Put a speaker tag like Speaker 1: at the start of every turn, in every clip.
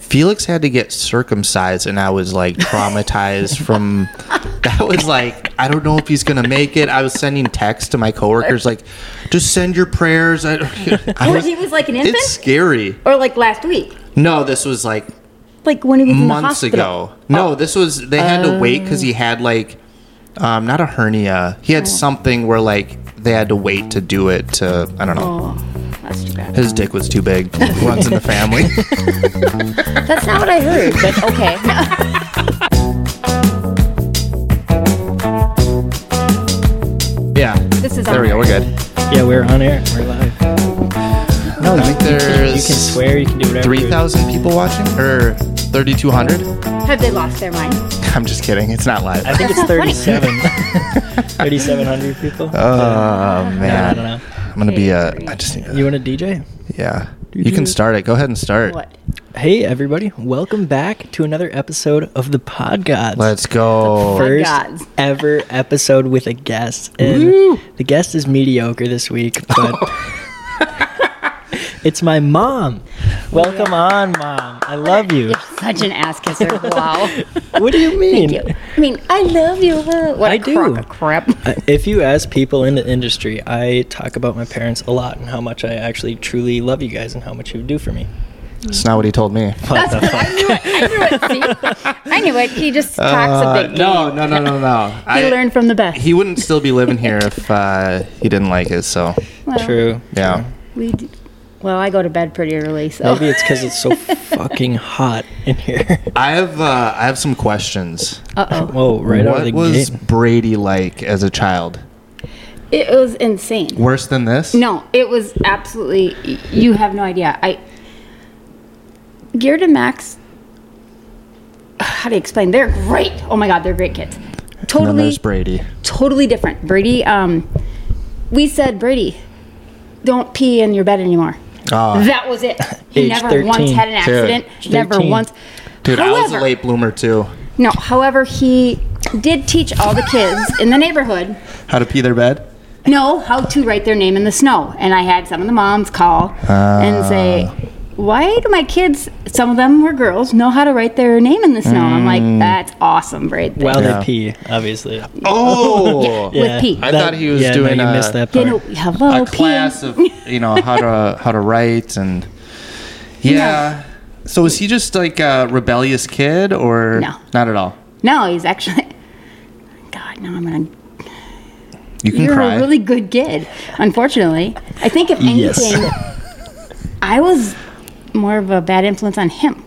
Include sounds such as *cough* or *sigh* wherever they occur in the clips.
Speaker 1: Felix had to get circumcised, and I was like traumatized
Speaker 2: *laughs*
Speaker 1: from that. Was like, I don't know if he's gonna make it. I was sending texts to my coworkers, like, just send your prayers. I,
Speaker 2: *laughs*
Speaker 1: *laughs* I
Speaker 2: Well, he was like an infant,
Speaker 1: it's scary.
Speaker 2: or like last week,
Speaker 1: No, this was like
Speaker 2: like when he was in the
Speaker 1: months
Speaker 2: hospital. Oh.
Speaker 1: ago. No, this was they had to wait because he had like, um, not a hernia. He had
Speaker 2: Oh.
Speaker 1: something where like they had to wait to do it. To I don't know.
Speaker 2: Oh, that's too bad.
Speaker 1: His dick was too big. Runs in the family.
Speaker 2: *laughs* That's not what I heard. *laughs*
Speaker 3: But okay.
Speaker 1: yeah.
Speaker 2: This is
Speaker 1: There we go. We're good.
Speaker 4: Yeah, we're on air. We're live.
Speaker 1: No, I think
Speaker 4: You
Speaker 1: there's
Speaker 4: can swear. You can do whatever.
Speaker 1: Three thousand people watching or thirty-two hundred? *laughs*
Speaker 2: Have they lost their mind?
Speaker 1: I'm just kidding. It's not live.
Speaker 4: I think it's
Speaker 2: That's not funny.
Speaker 4: 37.
Speaker 1: *laughs*
Speaker 2: *laughs*
Speaker 4: *laughs* 3,700 people.
Speaker 1: Oh
Speaker 4: I
Speaker 1: man,
Speaker 4: don't know.
Speaker 1: I'm gonna be a. I just need.
Speaker 4: You
Speaker 1: A,
Speaker 4: want a DJ?
Speaker 1: yeah. You can start it. Go ahead and start.
Speaker 2: What?
Speaker 4: Hey, everybody. Welcome back to another episode of The Pod Gods.
Speaker 1: Let's go.
Speaker 4: First
Speaker 2: Gods.
Speaker 4: ever episode with a guest. And the guest is mediocre this week,
Speaker 1: *laughs*
Speaker 4: but it's my mom. Welcome on, mom. I love you.
Speaker 2: You're such an ass kisser.
Speaker 4: *laughs*
Speaker 2: Wow.
Speaker 4: What do you mean?
Speaker 2: Thank you. I mean, I love you. What a
Speaker 4: I do.
Speaker 2: crock of crap.
Speaker 4: *laughs* Uh,
Speaker 2: *laughs*
Speaker 4: if you ask people in the industry, I talk about my parents a lot and how much I actually truly love you guys and how much you do for me.
Speaker 1: That's not what he told me.
Speaker 4: What the fuck?
Speaker 2: I knew it. I knew it. See?
Speaker 4: *laughs*
Speaker 2: I knew it. He just talks a big game.
Speaker 1: Uh, No, no, no, no, no. He
Speaker 2: He learned from the best.
Speaker 1: He wouldn't still be living here if uh, he didn't like it. So
Speaker 2: well,
Speaker 4: True.
Speaker 1: yeah.
Speaker 2: We d well, I go to bed pretty early, so
Speaker 4: Maybe it's because it's
Speaker 2: *laughs*
Speaker 4: so
Speaker 1: *laughs*
Speaker 4: fucking hot in here.
Speaker 1: I have uh, I have some questions.
Speaker 2: uh oh.
Speaker 4: Whoa, right out of the
Speaker 1: what was
Speaker 4: gate.
Speaker 1: Brady like as a child?
Speaker 2: It was insane.
Speaker 1: Worse than this?
Speaker 2: No, it was absolutely. y- You have no idea. I. Geared and Max. How do you explain? They're great. Oh my God, they're great kids.
Speaker 1: And then
Speaker 2: Totally,
Speaker 1: there's Brady.
Speaker 2: totally different. Brady. Um, we said Brady, don't pee in your bed anymore.
Speaker 1: Ah.
Speaker 2: that was it. He
Speaker 4: Age
Speaker 2: never
Speaker 4: 13.
Speaker 2: once had an accident.
Speaker 4: Dude,
Speaker 2: never
Speaker 4: 13.
Speaker 2: once.
Speaker 1: Dude, I was a
Speaker 2: However-
Speaker 1: late bloomer too.
Speaker 2: No. However, he did teach all the kids in the neighborhood
Speaker 1: How to pee their bed?
Speaker 2: No, how to write their name in the snow. And I had some of the moms call and say, Why do my kids, some of them were girls, know how to write their name in the snow? I'm like, That's awesome, right there.
Speaker 4: While
Speaker 1: Yeah.
Speaker 4: they pee, obviously. *laughs*
Speaker 1: Oh,
Speaker 2: Yeah. Oh, With pee.
Speaker 1: I thought he was
Speaker 4: yeah, no,
Speaker 1: doing uh,
Speaker 4: you
Speaker 1: a-
Speaker 4: missed that
Speaker 2: you
Speaker 4: part.
Speaker 2: know, hello,
Speaker 1: a class
Speaker 2: P.
Speaker 1: of you know how to how to write and yeah. So is he just like a rebellious kid or
Speaker 2: No.
Speaker 1: not at all?
Speaker 2: No, he's actually. *laughs* God, no, I'm going to.
Speaker 1: You can
Speaker 2: You're
Speaker 1: cry.
Speaker 2: a really good kid, unfortunately. I think, if anything,
Speaker 4: Yes.
Speaker 2: *laughs* I was more of a bad influence on him.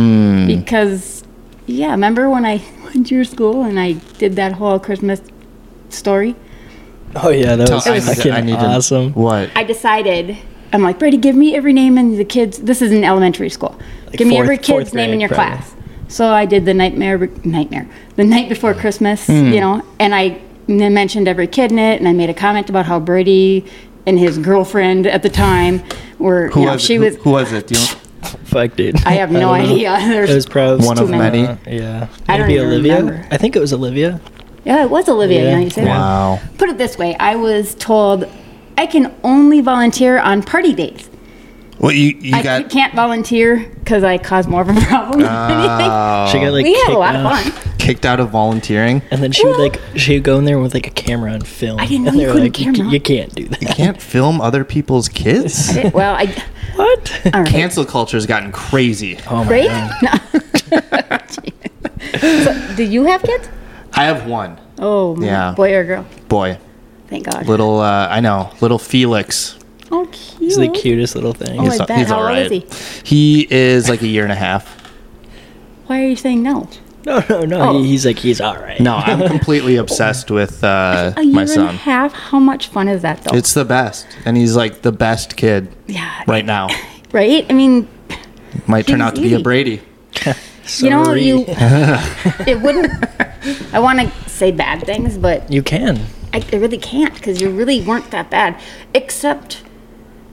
Speaker 1: Hmm.
Speaker 2: Because, yeah, remember when I went to your school and I did that whole Christmas story?
Speaker 4: oh yeah, that
Speaker 1: Tell-
Speaker 4: was
Speaker 1: I need to-
Speaker 4: fucking
Speaker 1: I need to-
Speaker 4: awesome.
Speaker 1: What?
Speaker 2: I decided, I'm like, Brady, give me every name in the kids. This is in elementary school. give me
Speaker 4: fourth-
Speaker 2: every
Speaker 4: fourth
Speaker 2: kid's name in
Speaker 4: grade,
Speaker 2: your
Speaker 4: probably.
Speaker 2: class. So I did the nightmare, nightmare, the night before
Speaker 1: Hmm.
Speaker 2: Christmas, you know, and I n- mentioned every kid in it, and I made a comment about how Brady and his girlfriend at the time were,
Speaker 1: Who
Speaker 2: you know,
Speaker 1: was,
Speaker 2: she
Speaker 1: who,
Speaker 2: was.
Speaker 1: who was it? Do you know?
Speaker 4: Fuck, dude.
Speaker 2: I have no
Speaker 4: don't know.
Speaker 2: idea. There's
Speaker 4: It was probably
Speaker 1: One of
Speaker 2: too many.
Speaker 4: Uh, yeah,
Speaker 2: I don't
Speaker 4: Maybe
Speaker 2: even
Speaker 4: Olivia.
Speaker 2: remember.
Speaker 4: I think it was Olivia.
Speaker 2: Yeah, it was Olivia.
Speaker 4: Yeah.
Speaker 2: Now you say that.
Speaker 1: Wow.
Speaker 2: Put it this way: I was told I can only volunteer on party days.
Speaker 1: Well, you you
Speaker 2: I
Speaker 1: got uh,
Speaker 2: can't volunteer because I cause more of a *laughs* problem than
Speaker 1: Oh.
Speaker 2: anything.
Speaker 4: She got like
Speaker 2: We had a
Speaker 4: kicked
Speaker 2: lot
Speaker 4: out.
Speaker 2: of fun.
Speaker 1: kicked out of volunteering.
Speaker 4: And then she would
Speaker 2: Well-
Speaker 4: like she would go in there with like a camera and film.
Speaker 2: I didn't know
Speaker 4: and
Speaker 2: you
Speaker 4: they were
Speaker 2: couldn't
Speaker 4: like, you, ca-
Speaker 2: camera.
Speaker 4: you can't do that.
Speaker 1: Can't film other people's kids.
Speaker 2: It- well, I
Speaker 4: *laughs* What?
Speaker 2: all right.
Speaker 1: Cancel culture's gotten crazy.
Speaker 4: Oh
Speaker 1: *laughs*
Speaker 4: my
Speaker 2: Right?
Speaker 4: god.
Speaker 2: so, do you have kids?
Speaker 1: I have one
Speaker 2: Oh, my-
Speaker 1: Yeah.
Speaker 2: boy or girl?
Speaker 1: boy,
Speaker 2: Thank God.
Speaker 1: little uh, I know, little Felix.
Speaker 2: Oh, cute.
Speaker 4: It's the cutest little thing.
Speaker 2: Oh, I
Speaker 1: He's-
Speaker 2: bet.
Speaker 1: he's
Speaker 2: How
Speaker 1: all
Speaker 2: old
Speaker 1: right.
Speaker 2: is
Speaker 1: He is like a year and a half.
Speaker 2: he? Why are you saying no?
Speaker 4: No, no, no.
Speaker 2: Oh.
Speaker 4: He, he's like he's all right.
Speaker 1: No, I'm completely obsessed with uh,
Speaker 2: A year
Speaker 1: my
Speaker 2: and a
Speaker 1: son.
Speaker 2: half. How much fun is that though?
Speaker 1: It's the best, and he's like the best kid
Speaker 2: yeah.
Speaker 1: right now.
Speaker 2: Right? I mean,
Speaker 1: Might turn
Speaker 2: He's
Speaker 1: out to be a
Speaker 2: easy.
Speaker 1: Brady.
Speaker 2: you know,
Speaker 4: Sorry.
Speaker 2: you. *laughs* it wouldn't. I want to say bad things, but
Speaker 4: You can.
Speaker 2: I, I really can't because you really weren't that bad, except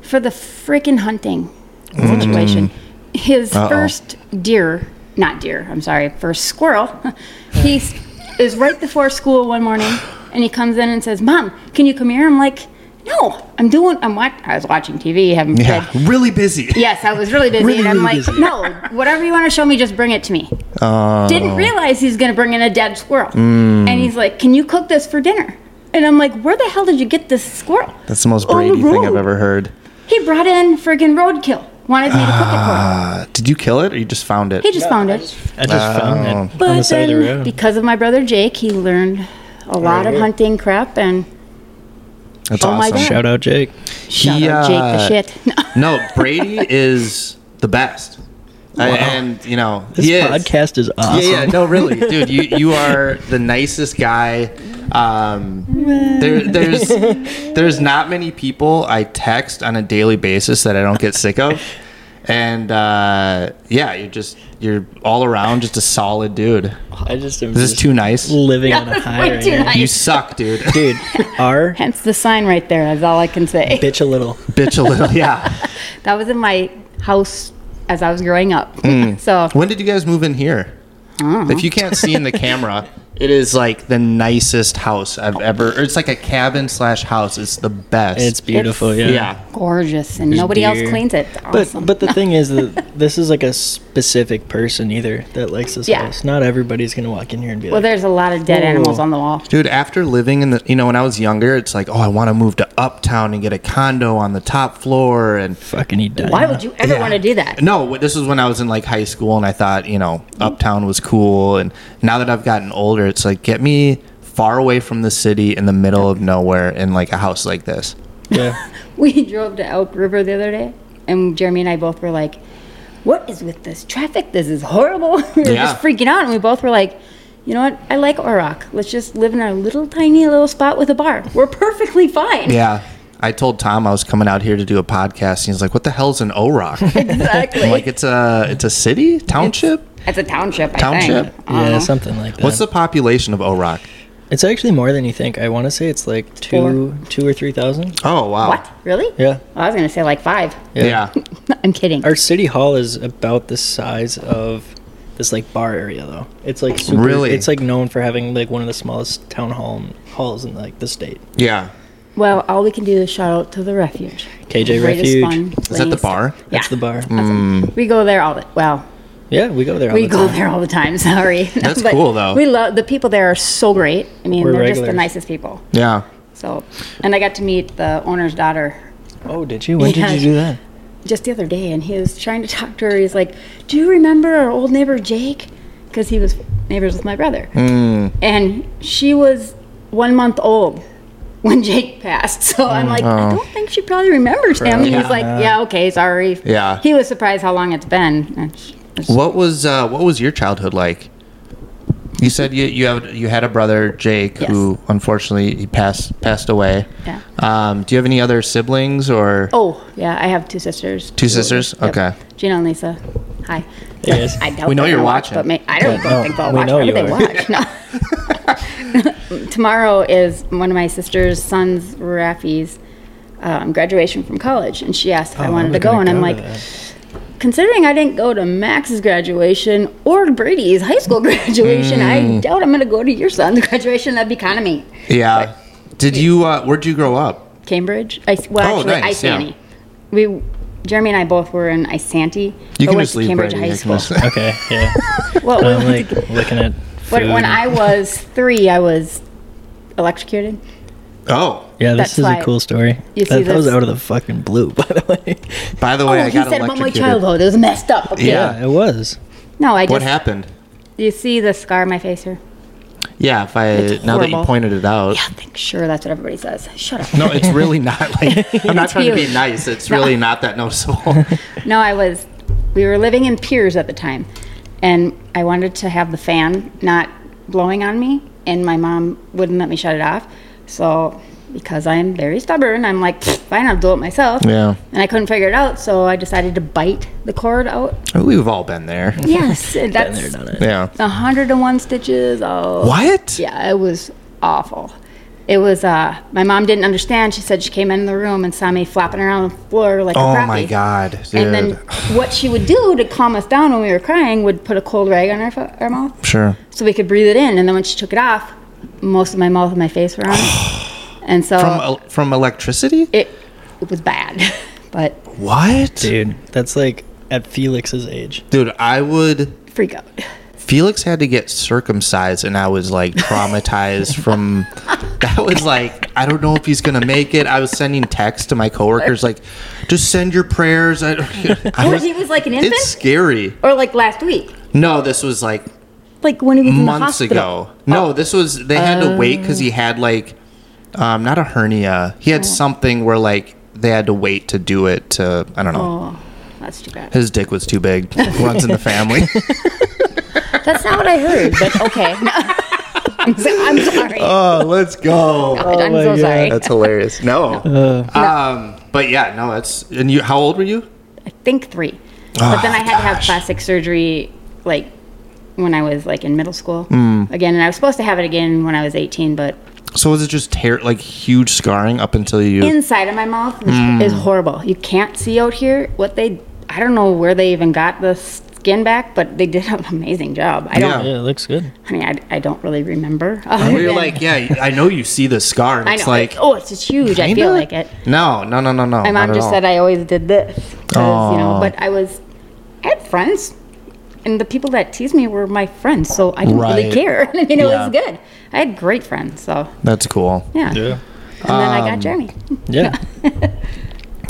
Speaker 2: for the freaking hunting
Speaker 4: Mm.
Speaker 2: situation. His first deer, not deer, I'm sorry, first squirrel, *laughs* he s- is right before school one morning and he comes in and says, Mom, can you come here? I'm like, no, I'm doing. I'm watch, I was watching TV, having yeah.
Speaker 1: Yeah, really busy.
Speaker 2: Yes, I was really busy,
Speaker 4: Really,
Speaker 2: and I'm
Speaker 4: really
Speaker 2: like,
Speaker 4: busy.
Speaker 2: no, whatever you want to show me, just bring it to me.
Speaker 1: Uh,
Speaker 2: Didn't
Speaker 4: Oh.
Speaker 2: realize he's gonna bring in a dead squirrel, and he's like, "Can you cook this for dinner?" And I'm like, "Where the hell did you get this squirrel?"
Speaker 1: that's the most
Speaker 2: On the
Speaker 1: Brady thing I've
Speaker 2: road.
Speaker 1: ever heard.
Speaker 2: He brought in friggin' roadkill. Wanted me to cook it for him.
Speaker 1: Uh, did you kill it or you just found it?
Speaker 2: He just found it.
Speaker 4: I just found it
Speaker 2: But
Speaker 4: on the side of the
Speaker 2: then,
Speaker 4: road.
Speaker 2: because of my brother Jake, he learned a lot of
Speaker 4: Right.
Speaker 2: hunting crap and
Speaker 1: That's
Speaker 2: Oh my
Speaker 1: awesome.
Speaker 2: God.
Speaker 4: Shout out, Jake.
Speaker 2: shout
Speaker 1: He,
Speaker 2: out
Speaker 1: uh,
Speaker 2: Jake the shit. *laughs*
Speaker 1: No, Brady is the best. I- and you know,
Speaker 4: This
Speaker 1: he is.
Speaker 4: podcast is awesome.
Speaker 1: Yeah, yeah, no, really, *laughs* dude, you you are the nicest guy. Um, there, *laughs* there's there's not many people I text on a daily basis that I don't get sick of, and uh, yeah, you're just you're all around just a solid dude.
Speaker 4: *laughs* I just am
Speaker 1: This is
Speaker 4: just
Speaker 1: too nice.
Speaker 2: *laughs*
Speaker 4: living *laughs* on a high
Speaker 2: way
Speaker 4: right
Speaker 2: too
Speaker 4: now.
Speaker 2: nice.
Speaker 1: You suck, *laughs* dude.
Speaker 4: Dude, *laughs* our
Speaker 2: Hence the sign right there. That's all I can say.
Speaker 4: *laughs* bitch a little.
Speaker 1: Bitch a little, yeah.
Speaker 2: That was in my house as I was growing up.
Speaker 4: Hmm.
Speaker 2: *laughs* so
Speaker 1: When did you guys move in here? If you can't see in the camera, it is like the nicest house I've ever. Or it's like a cabin slash house. It's the best.
Speaker 4: It's beautiful,
Speaker 2: It's-
Speaker 4: yeah.
Speaker 1: yeah.
Speaker 2: gorgeous, and
Speaker 4: There's
Speaker 2: nobody else
Speaker 4: deer.
Speaker 2: cleans it. It's
Speaker 4: But
Speaker 2: awesome. *laughs*
Speaker 4: but the thing is *laughs* that this is like a specific person either that likes this
Speaker 2: Yeah.
Speaker 4: house. Not everybody's gonna walk in here and be
Speaker 2: well,
Speaker 4: like,
Speaker 2: there's a lot of dead animals
Speaker 4: Whoa.
Speaker 2: on the wall.
Speaker 1: Dude, after living in the, you know, when I was younger, it's like, oh, I want to move to uptown and get a condo on the top floor. And
Speaker 4: "Fucking he died."
Speaker 2: Why would you ever
Speaker 1: Yeah.
Speaker 2: want to do that?
Speaker 1: no, this was when I was in like high school and I thought, you know, uptown was cool. And now that I've gotten older, it's like, get me far away from the city in the middle of nowhere in like a house like this.
Speaker 4: *laughs* *laughs* Yeah.
Speaker 2: We *laughs* drove to Elk River the other day, and Jeremy and I both were like, "What is with this traffic? This is horrible." *laughs* we were
Speaker 1: Yeah.
Speaker 2: just freaking out, and we both were like, "You know what? I like Orok. Let's just live in our little tiny little spot with a bar. We're perfectly fine." *laughs*
Speaker 1: Yeah. I told Tom I was coming out here to do a podcast. And he's like, what the hell's an O-Rock?
Speaker 2: Exactly.
Speaker 1: like it's a, it's a city township.
Speaker 2: It's a township. I
Speaker 1: Township?
Speaker 2: Think. I don't
Speaker 4: Yeah,
Speaker 2: know.
Speaker 4: something like that.
Speaker 1: What's the population of O-Rock?
Speaker 4: It's actually more than you think. I want to say it's like two, two or three thousand.
Speaker 1: Oh, wow.
Speaker 2: What? Really?
Speaker 4: Yeah.
Speaker 2: Well, I was gonna say like five.
Speaker 1: Yeah.
Speaker 2: I'm kidding.
Speaker 4: Our city hall is about the size of this like bar area though. It's like super,
Speaker 1: Really?
Speaker 4: It's like known for having like one of the smallest town hall halls in like the state.
Speaker 1: Yeah.
Speaker 2: Well, all we can do is shout out to the refuge.
Speaker 4: KJ
Speaker 2: Greatest
Speaker 4: Refuge.
Speaker 2: fun
Speaker 1: Is that the
Speaker 2: place.
Speaker 1: bar?
Speaker 2: Yeah,
Speaker 4: That's the bar.
Speaker 2: Mm.
Speaker 1: Mm.
Speaker 2: we go there all the well.
Speaker 4: Yeah, we go there. All
Speaker 2: We
Speaker 4: the
Speaker 2: go
Speaker 4: time.
Speaker 2: there all the time. *laughs* Sorry,
Speaker 1: That's
Speaker 2: But
Speaker 1: cool, though.
Speaker 2: We love the people there are so great. I mean,
Speaker 4: We're
Speaker 2: they're just
Speaker 4: regulars.
Speaker 2: the nicest people.
Speaker 1: Yeah.
Speaker 2: So, and I got to meet the owner's daughter
Speaker 4: Oh, did you? When
Speaker 2: Yeah.
Speaker 4: did you do that?
Speaker 2: just the other day, and he was trying to talk to her. He's like, "Do you remember our old neighbor Jake? Because he was neighbors with my brother,
Speaker 1: Mm.
Speaker 2: and she was one month old." When Jake passed, so I'm like, I
Speaker 1: Oh.
Speaker 2: don't think she probably remembers him. And he's like, Yeah, okay, sorry.
Speaker 1: Yeah.
Speaker 2: He was surprised how long it's been. It's- it's-
Speaker 1: What was uh, what was your childhood like? You said you you have you had a brother Jake
Speaker 2: Yes.
Speaker 1: who unfortunately he passed passed away.
Speaker 2: Yeah.
Speaker 1: Um, do you have any other siblings or
Speaker 2: Oh, yeah, I have two sisters.
Speaker 1: two sisters?
Speaker 2: Yep.
Speaker 1: Okay.
Speaker 2: Gina and Lisa. Hi.
Speaker 4: Yes.
Speaker 2: I doubt
Speaker 1: We know
Speaker 2: they're
Speaker 1: you're
Speaker 2: gonna
Speaker 1: watching.
Speaker 2: Watch, but may- I don't,
Speaker 4: But, no,
Speaker 2: think they'll
Speaker 4: we
Speaker 2: watch.
Speaker 4: know
Speaker 2: Why would
Speaker 4: you
Speaker 2: they
Speaker 4: are.
Speaker 2: watch? No.
Speaker 1: *laughs*
Speaker 2: *laughs* Tomorrow is one of my sister's son's, Rafi's, um, graduation from college, and she
Speaker 4: Oh,
Speaker 2: asked if I wanted to go, and I'm like, considering I didn't go to Max's graduation or Brady's high school *laughs* graduation,
Speaker 1: Hmm.
Speaker 2: I doubt I'm going to go to your son's *laughs* graduation. That'd be kind of me.
Speaker 1: Yeah. Did you uh, where'd you grow up?
Speaker 2: Cambridge. I, well,
Speaker 1: Oh,
Speaker 2: actually,
Speaker 1: nice,
Speaker 2: Isani. We, Jeremy and I both were in Isanti.
Speaker 1: You
Speaker 2: but
Speaker 1: can
Speaker 2: Oh, went
Speaker 1: just
Speaker 2: to
Speaker 1: leave
Speaker 2: Cambridge
Speaker 1: Brady.
Speaker 2: High
Speaker 1: You can
Speaker 2: School.
Speaker 1: just- *laughs*
Speaker 4: okay,
Speaker 2: *laughs*
Speaker 4: yeah. *laughs*
Speaker 2: Well, we
Speaker 4: I'm
Speaker 2: went
Speaker 4: like
Speaker 2: to-
Speaker 4: looking at food.
Speaker 2: when, when I was three, I was electrocuted.
Speaker 1: oh.
Speaker 4: yeah, this
Speaker 2: that's
Speaker 4: is
Speaker 2: why
Speaker 4: a cool story.
Speaker 2: you
Speaker 4: that,
Speaker 2: see
Speaker 4: that was
Speaker 2: this-
Speaker 4: out of the fucking blue, *laughs* by the way.
Speaker 1: By the way,
Speaker 2: oh,
Speaker 1: I
Speaker 2: he
Speaker 1: got
Speaker 2: said about my
Speaker 1: electrocuted.
Speaker 2: childhood. It was messed up. Okay.
Speaker 1: Yeah.
Speaker 4: it was.
Speaker 2: No, I just.
Speaker 1: What happened?
Speaker 2: Do you see the scar on my face here?
Speaker 1: Yeah, if I
Speaker 2: It's
Speaker 1: now that you
Speaker 2: horrible.
Speaker 1: pointed it out.
Speaker 2: I think sure that's what everybody says. Shut up.
Speaker 1: No,
Speaker 2: *laughs*
Speaker 1: it's really not like I'm not
Speaker 2: It's
Speaker 1: trying to be
Speaker 2: huge.
Speaker 1: nice. It's really not that
Speaker 2: *laughs*
Speaker 1: noticeable.
Speaker 2: No, I was. We were living in Piers at the time, and I wanted to have the fan not blowing on me, and my mom wouldn't let me shut it off. So, because I'm very stubborn, I'm like, "Pfft, fine, I'll do it myself.
Speaker 1: Yeah.
Speaker 2: And I couldn't figure it out, so I decided to bite the cord out.
Speaker 1: We've all been there.
Speaker 2: Yes, *laughs* and
Speaker 4: And they're
Speaker 2: that's
Speaker 4: done it.
Speaker 1: Yeah.
Speaker 2: 101 stitches. Oh,
Speaker 1: What?
Speaker 2: Yeah, it was awful. It was. uh My mom didn't understand. She said she came in the room and saw me flopping around on the floor like a
Speaker 1: Oh
Speaker 2: crappy.
Speaker 1: my god, dude. *sighs*
Speaker 2: And then what she would do to calm us down when we were crying would put a cold rag on our, fo- our mouth
Speaker 1: sure. *sighs*
Speaker 2: so we could breathe it in. And then when she took it off, most of my mouth and my face were on it. And so
Speaker 1: From el- from electricity?
Speaker 2: it, it was bad. *laughs* but
Speaker 1: What? Dude.
Speaker 4: Dude, that's like at Felix's age.
Speaker 1: I would.
Speaker 2: freak out.
Speaker 1: Felix had to get circumcised, and I was like
Speaker 2: *laughs*
Speaker 1: traumatized from. That was like I don't know if he's gonna make it. I was sending texts to my coworkers like, just send your prayers. I,
Speaker 2: *laughs*
Speaker 1: I
Speaker 2: he was like an infant?
Speaker 1: It's scary.
Speaker 2: Or like last week.
Speaker 1: No, this was like
Speaker 2: Like when he was in the
Speaker 1: months
Speaker 2: hospital. Oh.
Speaker 1: ago. No, this was they had to wait because he had like, um, not a hernia. He had something where like they had to wait to do it. To I don't know.
Speaker 2: Oh, that's too bad.
Speaker 1: His dick was too big. Runs in the family.
Speaker 2: *laughs* That's not what I heard, but okay. I'm, so, I'm sorry.
Speaker 1: *laughs* oh, let's go.
Speaker 2: I'm
Speaker 4: my
Speaker 2: so
Speaker 4: God.
Speaker 2: sorry.
Speaker 1: That's hilarious. No. Um, but yeah, no, that's and you how old were you?
Speaker 2: I think three.
Speaker 1: Ah,
Speaker 2: but then I had to have
Speaker 1: gosh.
Speaker 2: plastic surgery, like when I was like in middle school
Speaker 1: Hmm.
Speaker 2: again, and I was supposed to have it again when I was 18, but
Speaker 1: So was it just tear like huge scarring up until you
Speaker 2: inside of my mouth is,
Speaker 1: Mm.
Speaker 2: is horrible. You can't see out here what they. I don't know where they even got the skin back, but they did an amazing job. I don't.
Speaker 1: Yeah.
Speaker 4: Yeah, it looks good.
Speaker 2: I mean, I, I don't really remember.
Speaker 1: we *laughs* were like, yeah, I know you see the scar and
Speaker 2: I
Speaker 1: it's
Speaker 2: know.
Speaker 1: like
Speaker 2: oh, it's just huge. I
Speaker 1: kinda?
Speaker 2: feel like it.
Speaker 1: No, no, no, no, no.
Speaker 2: My mom just said I always did this 'cause, you know,
Speaker 1: Aw.
Speaker 2: but I was I had friends, and the people that teased me were my friends, so I didn't really
Speaker 1: Right.
Speaker 2: care. *laughs* I mean, it
Speaker 1: Yeah.
Speaker 2: was good. I had great friends, so
Speaker 1: That's cool.
Speaker 2: yeah. *laughs* And then I
Speaker 1: Um,
Speaker 2: got Jeremy.
Speaker 4: Yeah.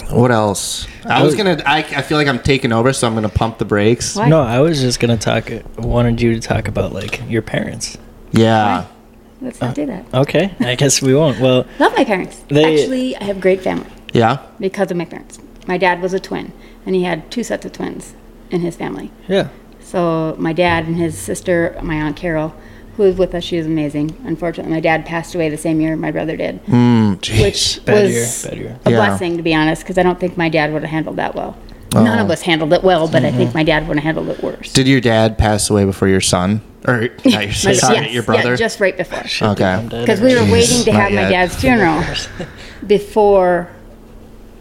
Speaker 1: What else? I was gonna I, I feel like I'm taking over, so I'm gonna pump the brakes.
Speaker 2: What?
Speaker 4: No, I was just gonna talk. Wanted you to talk about like your parents.
Speaker 1: Yeah.
Speaker 2: Let's
Speaker 1: uh,
Speaker 2: not do that.
Speaker 4: Okay, I guess we won't. Well,
Speaker 2: Love my parents.
Speaker 4: They-
Speaker 2: Actually, I have great family
Speaker 1: Yeah.
Speaker 2: because of my parents. My dad was a twin, and he had two sets of twins in his family.
Speaker 4: yeah.
Speaker 2: So my dad and his sister, my aunt Carol, who was with us, she was amazing. Unfortunately, my dad passed away the same year my brother did.
Speaker 1: Mm, geez.
Speaker 2: which
Speaker 4: Bad
Speaker 2: was
Speaker 4: year, bad year.
Speaker 2: a
Speaker 1: Yeah.
Speaker 2: blessing to be honest because i don't think my dad would have handled that well none
Speaker 1: Oh.
Speaker 2: of us handled it well but i think
Speaker 1: Mm-hmm.
Speaker 2: my dad would have handled it worse
Speaker 1: Did your dad pass away before your son? Or
Speaker 2: *laughs*
Speaker 1: not your son,
Speaker 2: But
Speaker 1: sorry,
Speaker 2: yes,
Speaker 1: your brother?
Speaker 2: yeah, just right before
Speaker 1: okay.
Speaker 2: because we were waiting to
Speaker 1: not
Speaker 2: have my
Speaker 1: yet.
Speaker 2: dad's
Speaker 1: *laughs*
Speaker 2: funeral before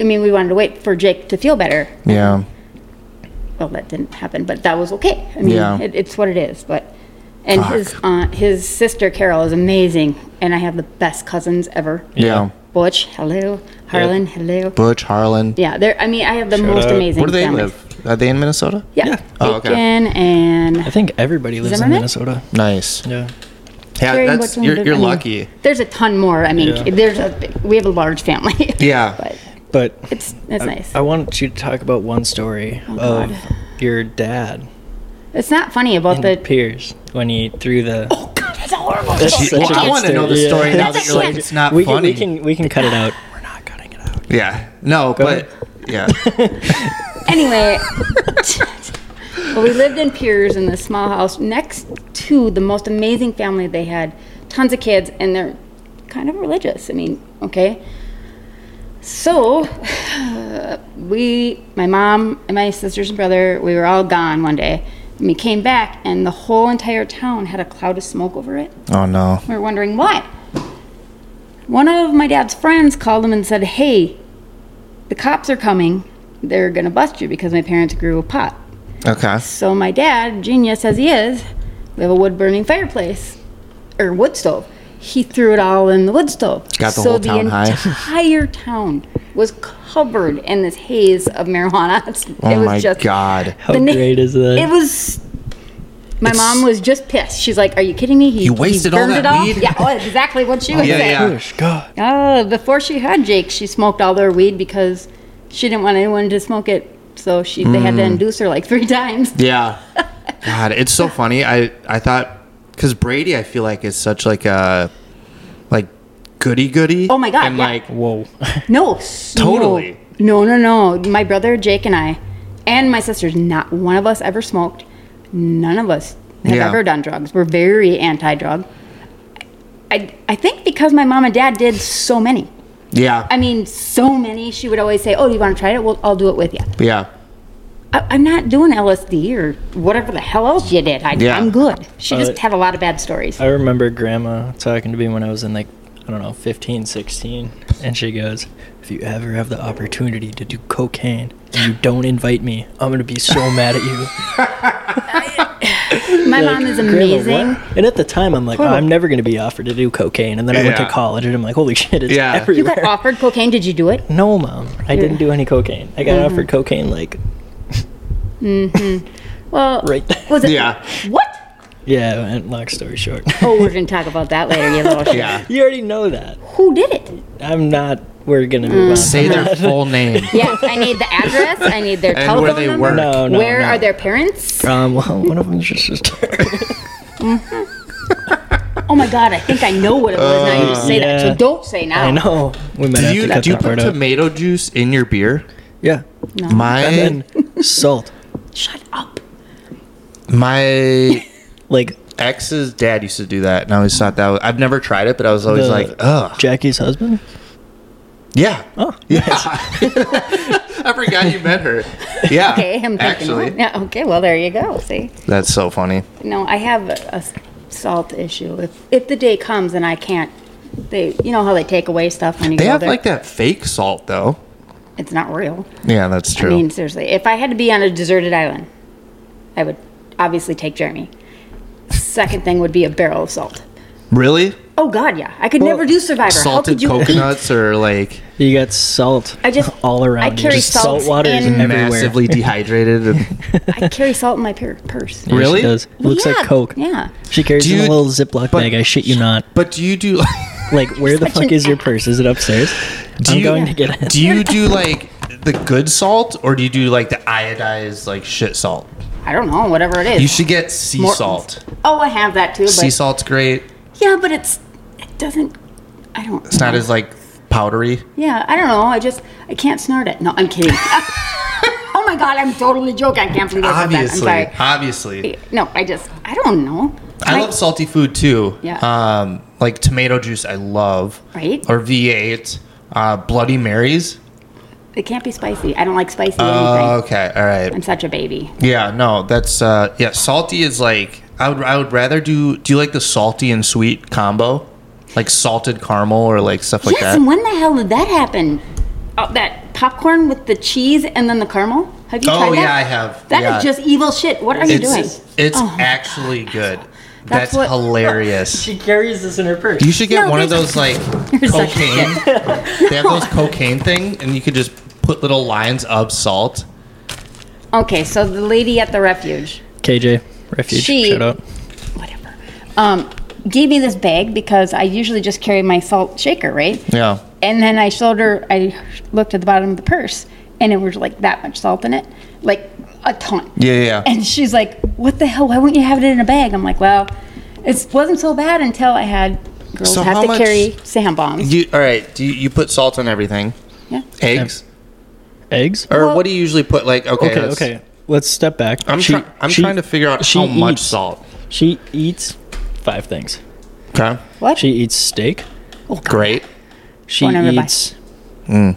Speaker 2: i mean we wanted to wait for jake to feel better
Speaker 1: Yeah.
Speaker 2: well that didn't happen but that was okay i mean
Speaker 1: Yeah.
Speaker 2: it, it's what it is but and his
Speaker 1: Fuck.
Speaker 2: aunt his sister carol is amazing and i have the best cousins ever
Speaker 1: Yeah.
Speaker 2: butch hello harlan hello
Speaker 1: Butch Harlan.
Speaker 2: yeah they're i mean i have the most
Speaker 4: out.
Speaker 2: amazing
Speaker 1: Where do they
Speaker 2: families.
Speaker 1: live? Are they in Minnesota?
Speaker 2: Yeah.
Speaker 4: Yeah.
Speaker 1: Oh, okay.
Speaker 2: Bacon
Speaker 4: I
Speaker 2: and
Speaker 4: think everybody lives
Speaker 2: Zimmerman?
Speaker 4: in Minnesota.
Speaker 1: Nice.
Speaker 4: Yeah.
Speaker 1: Yeah,
Speaker 2: Very
Speaker 1: that's
Speaker 2: much
Speaker 1: you're,
Speaker 2: needed.
Speaker 1: you're
Speaker 2: I mean,
Speaker 1: lucky.
Speaker 2: there's a ton more. I mean,
Speaker 4: Yeah.
Speaker 2: there's a big- we have a large family.
Speaker 1: Yeah.
Speaker 2: *laughs* but
Speaker 4: But
Speaker 2: it's it's nice. Oh,
Speaker 4: I want you to talk about one story
Speaker 2: God.
Speaker 4: of your dad
Speaker 2: It's not funny about
Speaker 4: and
Speaker 2: the. *laughs*
Speaker 4: Piers when he threw the.
Speaker 2: oh God, that's a horrible.
Speaker 4: Such
Speaker 2: story.
Speaker 4: a
Speaker 1: Well, I
Speaker 4: good
Speaker 1: want to know the
Speaker 4: story.
Speaker 1: story
Speaker 4: Yeah.
Speaker 1: now that
Speaker 2: That's
Speaker 1: you're like,
Speaker 2: it.
Speaker 1: it's not
Speaker 4: we, can,
Speaker 1: funny.
Speaker 4: we can we can cut it out. We're not cutting it out.
Speaker 1: yeah. No, but
Speaker 4: ahead.
Speaker 1: yeah.
Speaker 2: Anyway, well, we lived in Piers in this small house next to the most amazing family. They had tons of kids, and they're kind of religious. I mean, okay. So *sighs* we, my mom and my sisters and brother, we were all gone one day. And we came back, and the whole entire town had a cloud of smoke over it.
Speaker 1: Oh no.
Speaker 2: We were wondering why. One of my dad's friends called him and said, Hey, the cops are coming. They're going to bust you because my parents grew pot.
Speaker 1: Okay.
Speaker 2: So my dad, genius as he is, we have a wood burning fireplace or wood stove. He threw it all in the wood stove.
Speaker 1: Got the
Speaker 2: so
Speaker 1: whole
Speaker 2: the
Speaker 1: town high.
Speaker 2: entire town was covered in this haze of marijuana. *laughs* It's-
Speaker 1: Oh
Speaker 2: it was
Speaker 1: my
Speaker 2: just
Speaker 1: god.
Speaker 4: How
Speaker 2: The na-
Speaker 4: great is that?
Speaker 2: it was. My mom was just pissed. She's like, "Are you kidding me? He,
Speaker 1: You wasted all
Speaker 2: burned
Speaker 1: that
Speaker 2: it all?"
Speaker 1: weed?
Speaker 2: Yeah, oh, exactly
Speaker 1: *laughs*
Speaker 2: what she was
Speaker 1: yeah,
Speaker 2: saying.
Speaker 1: yeah.
Speaker 4: Gosh, God.
Speaker 2: Oh, before she had Jake, she smoked all their weed because she didn't want anyone to smoke it. So she they had to
Speaker 1: Hmm.
Speaker 2: induce her like three *laughs* times.
Speaker 1: Yeah. God, it's so funny. I I thought because Brady, I feel like is such like a like goody goody.
Speaker 2: Oh my God,
Speaker 1: And
Speaker 2: yeah.
Speaker 1: like
Speaker 4: Whoa.
Speaker 2: No, s-
Speaker 1: Totally.
Speaker 2: No, no, no. no. My brother Jake and I, and my sisters, not one of us ever smoked. None of us have
Speaker 1: Yeah.
Speaker 2: ever done drugs. We're very anti-drug. I, I think because my mom and dad did so many.
Speaker 1: yeah,
Speaker 2: I mean, so many. She would always say, "Oh, do you want to try it? Well, I'll do it with you."
Speaker 1: yeah.
Speaker 2: I, I'm not doing LSD or whatever the hell else you did. I,
Speaker 1: Yeah.
Speaker 2: I'm good. She just
Speaker 4: Uh,
Speaker 2: had a lot of bad stories.
Speaker 4: I remember grandma talking to me when I was in like, I don't know, 15, 16. And she goes, If you ever have the opportunity to do
Speaker 1: *laughs*
Speaker 4: cocaine and you don't invite me, I'm going to be so mad at you.
Speaker 2: My
Speaker 4: like,
Speaker 2: mom is
Speaker 4: "Grandma,
Speaker 2: amazing."
Speaker 4: what?" And at the time, I'm like, oh, I'm never going to be offered to do cocaine. And then I went to
Speaker 1: Yeah.
Speaker 4: college, and I'm like, holy shit, it's
Speaker 1: Yeah. You got
Speaker 2: You got
Speaker 4: everywhere.
Speaker 2: offered cocaine. Did you do it?
Speaker 4: no, mom, I didn't do any cocaine. I
Speaker 2: Mm-hmm.
Speaker 4: got offered cocaine like
Speaker 2: Well,
Speaker 4: right.
Speaker 2: was it?
Speaker 1: Yeah.
Speaker 2: What?
Speaker 4: *laughs* yeah, and long story short,
Speaker 2: *laughs* Oh, we're gonna talk about that later. You little shit.
Speaker 1: Yeah.
Speaker 4: *laughs* you already know that.
Speaker 2: Who did it?
Speaker 4: I'm not. We're gonna
Speaker 2: Mm.
Speaker 4: move on.
Speaker 1: Say their full name
Speaker 2: Yes, I need the address. I need
Speaker 1: *laughs*
Speaker 2: their
Speaker 1: and
Speaker 2: telephone
Speaker 1: where they
Speaker 2: number.
Speaker 1: work.
Speaker 4: No, no,
Speaker 2: where
Speaker 4: no.
Speaker 2: are their parents?
Speaker 4: Um, *laughs* well, one of them's
Speaker 2: *laughs*
Speaker 4: your sister.
Speaker 2: Oh my god, I think I know what it was. now you just say that, so
Speaker 4: yeah.
Speaker 2: don't say now.
Speaker 4: I know. We might
Speaker 1: Do
Speaker 4: have
Speaker 1: you
Speaker 4: to cut
Speaker 1: do you
Speaker 4: that
Speaker 1: put
Speaker 4: part out.
Speaker 1: tomato juice in your beer?
Speaker 4: Yeah,
Speaker 1: My
Speaker 4: and then salt.
Speaker 2: Shut up.
Speaker 1: my
Speaker 4: Like
Speaker 1: ex's dad used to do that, and I always thought that was, I've never tried it, but I was always
Speaker 4: the-
Speaker 1: like, ugh,
Speaker 4: Jackie's husband.
Speaker 1: yeah,
Speaker 4: *laughs* Oh,
Speaker 1: yeah. *laughs* I forgot you met her. Yeah,
Speaker 2: *laughs* Okay, I'm thinking.
Speaker 1: actually,
Speaker 2: oh, yeah, okay, well there you go. See,
Speaker 1: that's so funny.
Speaker 2: no, I have a, a salt issue. If if the day comes and I can't, they you know how they take away stuff when you
Speaker 1: They
Speaker 2: go
Speaker 1: have
Speaker 2: there.
Speaker 1: like that fake salt though.
Speaker 2: It's not real.
Speaker 1: Yeah, that's true.
Speaker 2: I mean, seriously, if I had to be on a deserted island, I would obviously take Jeremy. Second thing would be a barrel of salt.
Speaker 1: really,
Speaker 2: Oh God, yeah, I could
Speaker 4: Well,
Speaker 2: never do Survivor. how
Speaker 1: salted
Speaker 2: could you eat?
Speaker 1: coconuts or *laughs* like
Speaker 4: you got salt.
Speaker 2: I just-
Speaker 4: *laughs* all around.
Speaker 2: I
Speaker 4: you.
Speaker 2: carry
Speaker 4: Just
Speaker 2: salt
Speaker 4: water is
Speaker 2: in-
Speaker 1: *laughs*
Speaker 4: everywhere.
Speaker 1: massively dehydrated. and-
Speaker 2: *laughs* I carry salt in my pur- purse.
Speaker 4: Yeah,
Speaker 1: Really?
Speaker 4: She does. It looks
Speaker 2: Yeah,
Speaker 4: like Coke.
Speaker 2: Yeah.
Speaker 4: She carries
Speaker 1: Do
Speaker 4: in a
Speaker 1: you-
Speaker 4: little Ziploc
Speaker 1: but-
Speaker 4: bag. I shit you not.
Speaker 1: but do you do?
Speaker 4: Like, where the
Speaker 2: such
Speaker 4: fuck
Speaker 2: an
Speaker 4: is your
Speaker 2: ass.
Speaker 4: purse? Is it upstairs?
Speaker 1: Do
Speaker 4: I'm
Speaker 1: you-
Speaker 4: going to get it.
Speaker 1: *laughs* Do you do like the good salt or do you do like the iodized like shit salt?
Speaker 2: I don't know, whatever it is.
Speaker 1: You should get sea
Speaker 2: Morton's.
Speaker 1: salt.
Speaker 2: Oh, I have that too. But
Speaker 1: Sea salt's great.
Speaker 2: Yeah, but it's it doesn't. I don't.
Speaker 1: It's not as like powdery.
Speaker 2: Yeah, I don't know. I just I can't snort it. No, I'm kidding. *laughs* oh my god, I'm totally joking. I can't believe I said that. I'm
Speaker 1: Obviously,
Speaker 2: sorry.
Speaker 1: obviously.
Speaker 2: No, I just I don't know.
Speaker 1: I love salty food too.
Speaker 2: Yeah.
Speaker 1: Um, like tomato juice, I love.
Speaker 2: Right?
Speaker 1: Or V8, uh, Bloody Marys.
Speaker 2: It can't be spicy. I don't like spicy
Speaker 1: Uh,
Speaker 2: anything.
Speaker 1: okay, all
Speaker 2: I'm
Speaker 1: right.
Speaker 2: such a baby.
Speaker 1: Yeah, no, that's uh, yeah. Salty is like I would I would rather do. Do you like the salty and sweet combo, like salted caramel or like stuff like
Speaker 2: yes,
Speaker 1: that?
Speaker 2: and when the hell did that happen? Oh, that popcorn with the cheese and then the caramel. Have you
Speaker 1: Oh,
Speaker 2: tried that?
Speaker 1: yeah, I have.
Speaker 2: That is
Speaker 1: Yeah.
Speaker 2: just evil shit. What are you doing? Oh
Speaker 1: It's it's actually good. That's,
Speaker 2: what- *laughs*
Speaker 1: hilarious.
Speaker 4: carries this in her purse.
Speaker 1: You should get
Speaker 2: No,
Speaker 1: one of
Speaker 2: *laughs* there's-
Speaker 1: those like
Speaker 2: such a
Speaker 1: cocaine. *laughs* they have those cocaine thing, and you could just put little lines of salt.
Speaker 2: Okay, so the lady at the refuge.
Speaker 4: KJ, refuge.
Speaker 2: She-
Speaker 4: Shout out.
Speaker 2: whatever, um, gave me this bag because I usually just carry my salt shaker, right?
Speaker 1: Yeah.
Speaker 2: And then I showed her, I looked at the bottom of the purse and it was like that much salt in it, like a ton.
Speaker 1: Yeah, yeah. yeah.
Speaker 2: And she's like, what the hell? Why wouldn't you have it in a bag? I'm like, well, it wasn't so bad until I had girls
Speaker 1: So
Speaker 2: have
Speaker 1: how
Speaker 2: to
Speaker 1: much-
Speaker 2: carry sand bombs.
Speaker 1: You all right? Do you, you put salt on everything?
Speaker 2: yeah.
Speaker 1: Eggs,
Speaker 4: Eggs?
Speaker 1: or
Speaker 2: Well-
Speaker 1: what do you usually put? Like okay,
Speaker 4: okay,
Speaker 1: let's-
Speaker 4: okay. Let's step back.
Speaker 1: I'm
Speaker 4: She-
Speaker 1: try- I'm
Speaker 4: she-
Speaker 1: trying to figure out
Speaker 4: she
Speaker 1: how much
Speaker 4: eats-
Speaker 1: salt.
Speaker 4: She eats five things.
Speaker 1: Okay,
Speaker 2: What?
Speaker 4: She eats steak.
Speaker 1: great.
Speaker 4: She
Speaker 2: One ribeye.
Speaker 4: eats
Speaker 1: Mm.